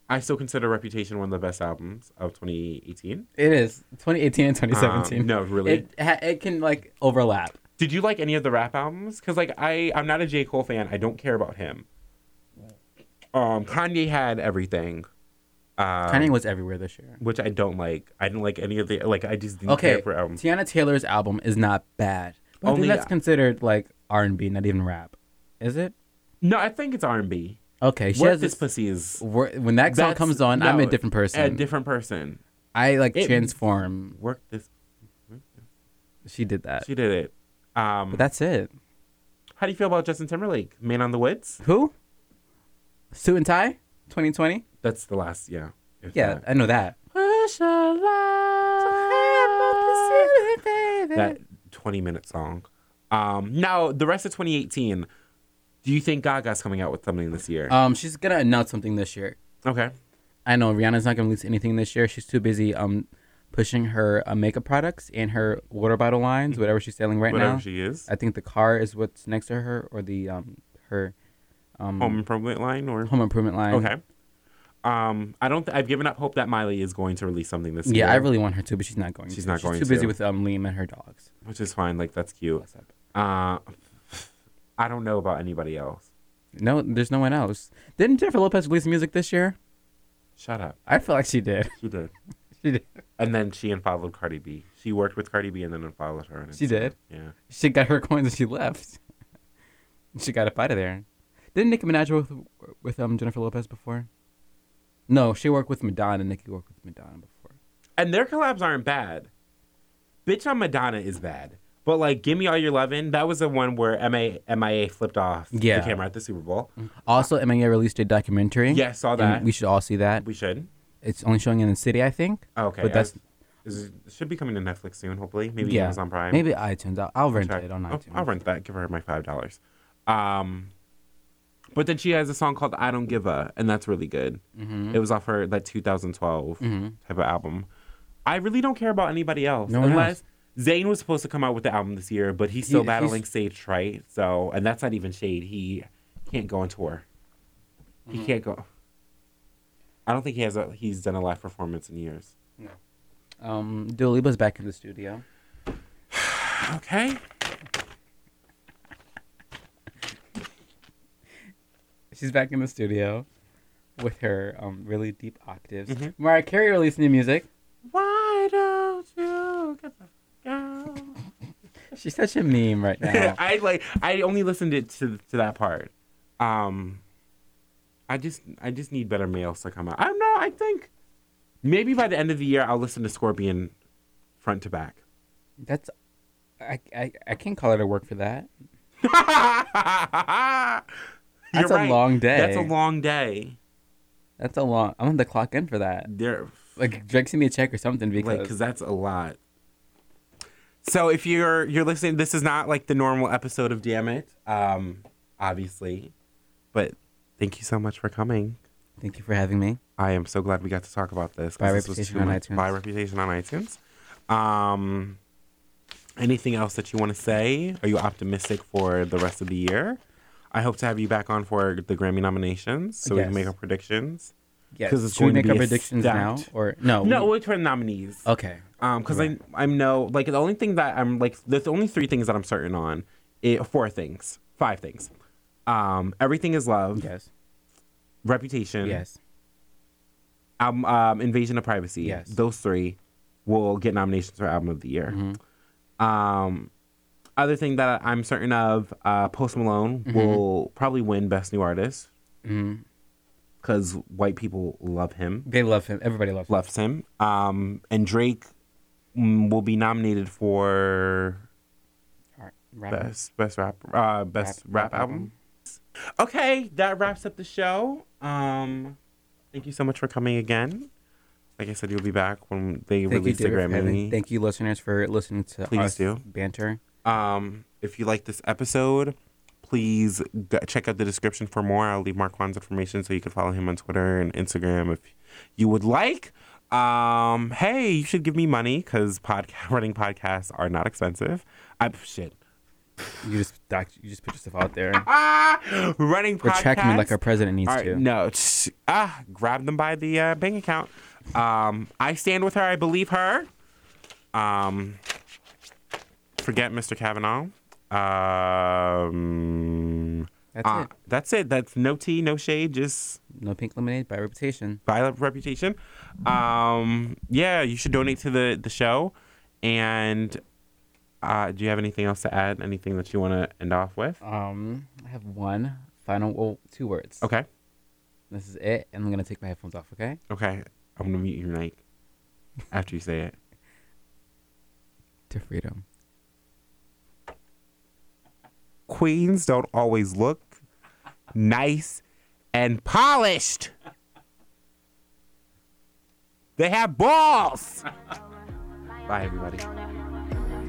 S3: I still consider Reputation one of the best albums of 2018.
S4: It is 2018 and 2017.
S3: Um, no, really.
S4: It ha- it can like overlap.
S3: Did you like any of the rap albums? Because like I I'm not a J Cole fan. I don't care about him. Um, Kanye had everything. Um,
S4: Kanye was everywhere this year.
S3: which I don't like. I didn't like any of the like. I just didn't
S4: Okay,
S3: care for albums.
S4: Tiana Taylor's album is not bad. But I
S3: Only-
S4: think that's considered like R and B, not even rap, is it?
S3: No, I think it's R and B.
S4: Okay, she
S3: What
S4: has
S3: this
S4: this.
S3: pussy is.
S4: wor- when that song
S3: That's-
S4: comes on, I'm a
S3: no,
S4: different person.
S3: A different person.
S4: I like
S3: It-
S4: transform.
S3: Work this.
S4: She did that.
S3: She did it. Um,
S4: but that's it.
S3: how do you feel about Justin Timberlake? Man on the Woods.
S4: Who? Suit and tie, 2020.
S3: That's the last. Yeah. If
S4: Yeah,
S3: that.
S4: I know that.
S3: that 20 minute song. Um, now the rest of 2018. Do you think Gaga's coming out with something this year?
S4: Um, she's gonna announce something this year.
S3: okay.
S4: I know Rihanna's not gonna release anything this year. She's too busy um pushing her uh, makeup products and her water bottle lines, whatever she's selling right
S3: Mm. Whatever
S4: now.
S3: she is.
S4: I think the car is what's next to her, or the um her
S3: Home improvement line or
S4: home improvement line.
S3: Okay. Um, I don't. Th- I've given up hope that Miley is going to release something this year.
S4: Yeah, I really want her to, but she's not going.
S3: She's
S4: to.
S3: not
S4: she's
S3: going
S4: Too busy
S3: to.
S4: with um Liam and her dogs.
S3: which is fine. Like that's cute.
S4: What's up?
S3: Uh, I don't know about anybody else.
S4: No, there's no one else. Didn't Jennifer Lopez release music this year?
S3: Shut up.
S4: I feel like she did.
S3: She did.
S4: she did.
S3: And then she unfollowed Cardi B. She worked with Cardi B and then unfollowed her. on
S4: She
S3: Instagram.
S4: did?
S3: Yeah.
S4: She got her coins and she left. she got up out of there. Didn't Nicki Minaj work with, with um Jennifer Lopez before? No, she worked with Madonna. Nicki worked with Madonna before.
S3: And their collabs aren't bad. Bitch on Madonna is bad. But like, give me all your lovin'. That was the one where MA, MIA flipped off
S4: Yeah.
S3: the camera at the Super Bowl.
S4: Also, MIA released a documentary.
S3: Yeah, I saw
S4: and
S3: that.
S4: We should all see that.
S3: We should.
S4: It's only showing in the city, I think.
S3: Oh, Okay.
S4: but that's
S3: I- is- it should be coming to Netflix soon, hopefully. Maybe
S4: yeah.
S3: Amazon Prime.
S4: Maybe iTunes. I'll, I'll rent
S3: check.
S4: it on
S3: I'll-
S4: iTunes.
S3: I'll, rent that. Give her my five dollars. Um, but then she has a song called "I Don't Give a," and that's really good.
S4: Mm-hmm.
S3: It was off her that 2012 type of album. I really don't care about anybody else
S4: No one
S3: unless Zayn was supposed to come out with the album this year, but he's still
S4: He-
S3: battling
S4: he's-
S3: stage fright. So, and that's not even shade. He can't go on tour.
S4: Mm-hmm.
S3: He can't go. I don't think he has. A, he's done a live performance in years.
S4: Um, Dua Lipa's back in the studio.
S3: Okay.
S4: She's back in the studio with her um really deep octaves.
S3: Mm-hmm.
S4: Mariah Carey released new music.
S3: Why don't you get the girl?
S4: She's such a meme right now.
S3: I like I only listened it to to that part. Um I just I just need better males to come out. I don't know, I think maybe by the end of the year I'll listen to Scorpion front to back.
S4: That's I, I I can't call it a work for that.
S3: You're
S4: That's a long day.
S3: That's a long day.
S4: That's a long. I'm on the clock in for that.
S3: There
S4: Like Drake sent me a check or something
S3: like
S4: because
S3: because that's a lot. So if you're you're listening, this is not like the normal episode of Damn It, um, obviously, but thank you so much for coming.
S4: thank you for having me.
S3: I am so glad we got to talk about this. 'cause
S4: By
S3: this was
S4: Reputation
S3: too
S4: on
S3: much-
S4: iTunes.
S3: By reputation on iTunes. Um, anything else that you want to say? Are you optimistic for the rest of the year? I hope to have you back on for the Grammy nominations so we can
S4: Yes.
S3: make our predictions.
S4: Yes.
S3: 'Cause it's
S4: Should we
S3: going to
S4: make our
S3: be a
S4: predictions now
S3: stout.
S4: or no?
S3: No,
S4: we-
S3: we'll turn nominees.
S4: Oh. Okay.
S3: Um, because I I know like the only thing that I'm like the only three things that I'm certain on, it, four things, five things. Um, everything is love.
S4: Yes.
S3: Reputation.
S4: Yes.
S3: Um, um, invasion of privacy.
S4: Yes.
S3: Those three will get nominations for album of the year. Um, other thing that I'm certain of, uh, Post Malone will probably win best new artist
S4: Mhm.
S3: because white people love him.
S4: They love him. Everybody loves him.
S3: loves him. Um, and Drake mm, will be nominated for
S4: All right. Wrap it up.
S3: best best rap uh, best
S4: Rap-
S3: rap, album. Okay, that wraps up the show. Um, thank you so much for coming again. Like I said, you'll be back when they
S4: Thank you,
S3: release the
S4: David, for having-
S3: Grammy.
S4: Thank you, listeners, for listening to
S3: Please
S4: us
S3: do.
S4: banter.
S3: Um, if you like this episode, please g- check out the description for more. I'll leave Marquand's information so you can follow him on Twitter and Instagram if you would like. Um, hey, you should give me money because podcast running podcasts are not expensive. I shit.
S4: You just doc, you just put yourself out there.
S3: Ah, running
S4: Or
S3: podcasts.
S4: check me like our president needs
S3: All right,
S4: to.
S3: no, tss, ah, grab them by the uh, bank account. Um, I stand with her. I believe her. Um, forget Mr. Kavanaugh. Um,
S4: That's
S3: uh,
S4: it.
S3: That's it. That's no tea, no shade, just
S4: No pink lemonade by reputation.
S3: by reputation. Um, yeah, you should donate to the the show. And uh, do you have anything else to add? Anything that you want to end off with?
S4: Um, I have one final, well, two words.
S3: Okay.
S4: This is it, and I'm gonna take my headphones off. Okay.
S3: Okay. I'm gonna mute your mic after you say it.
S4: To freedom.
S3: queens don't always look nice and polished. They have balls. Bye, everybody.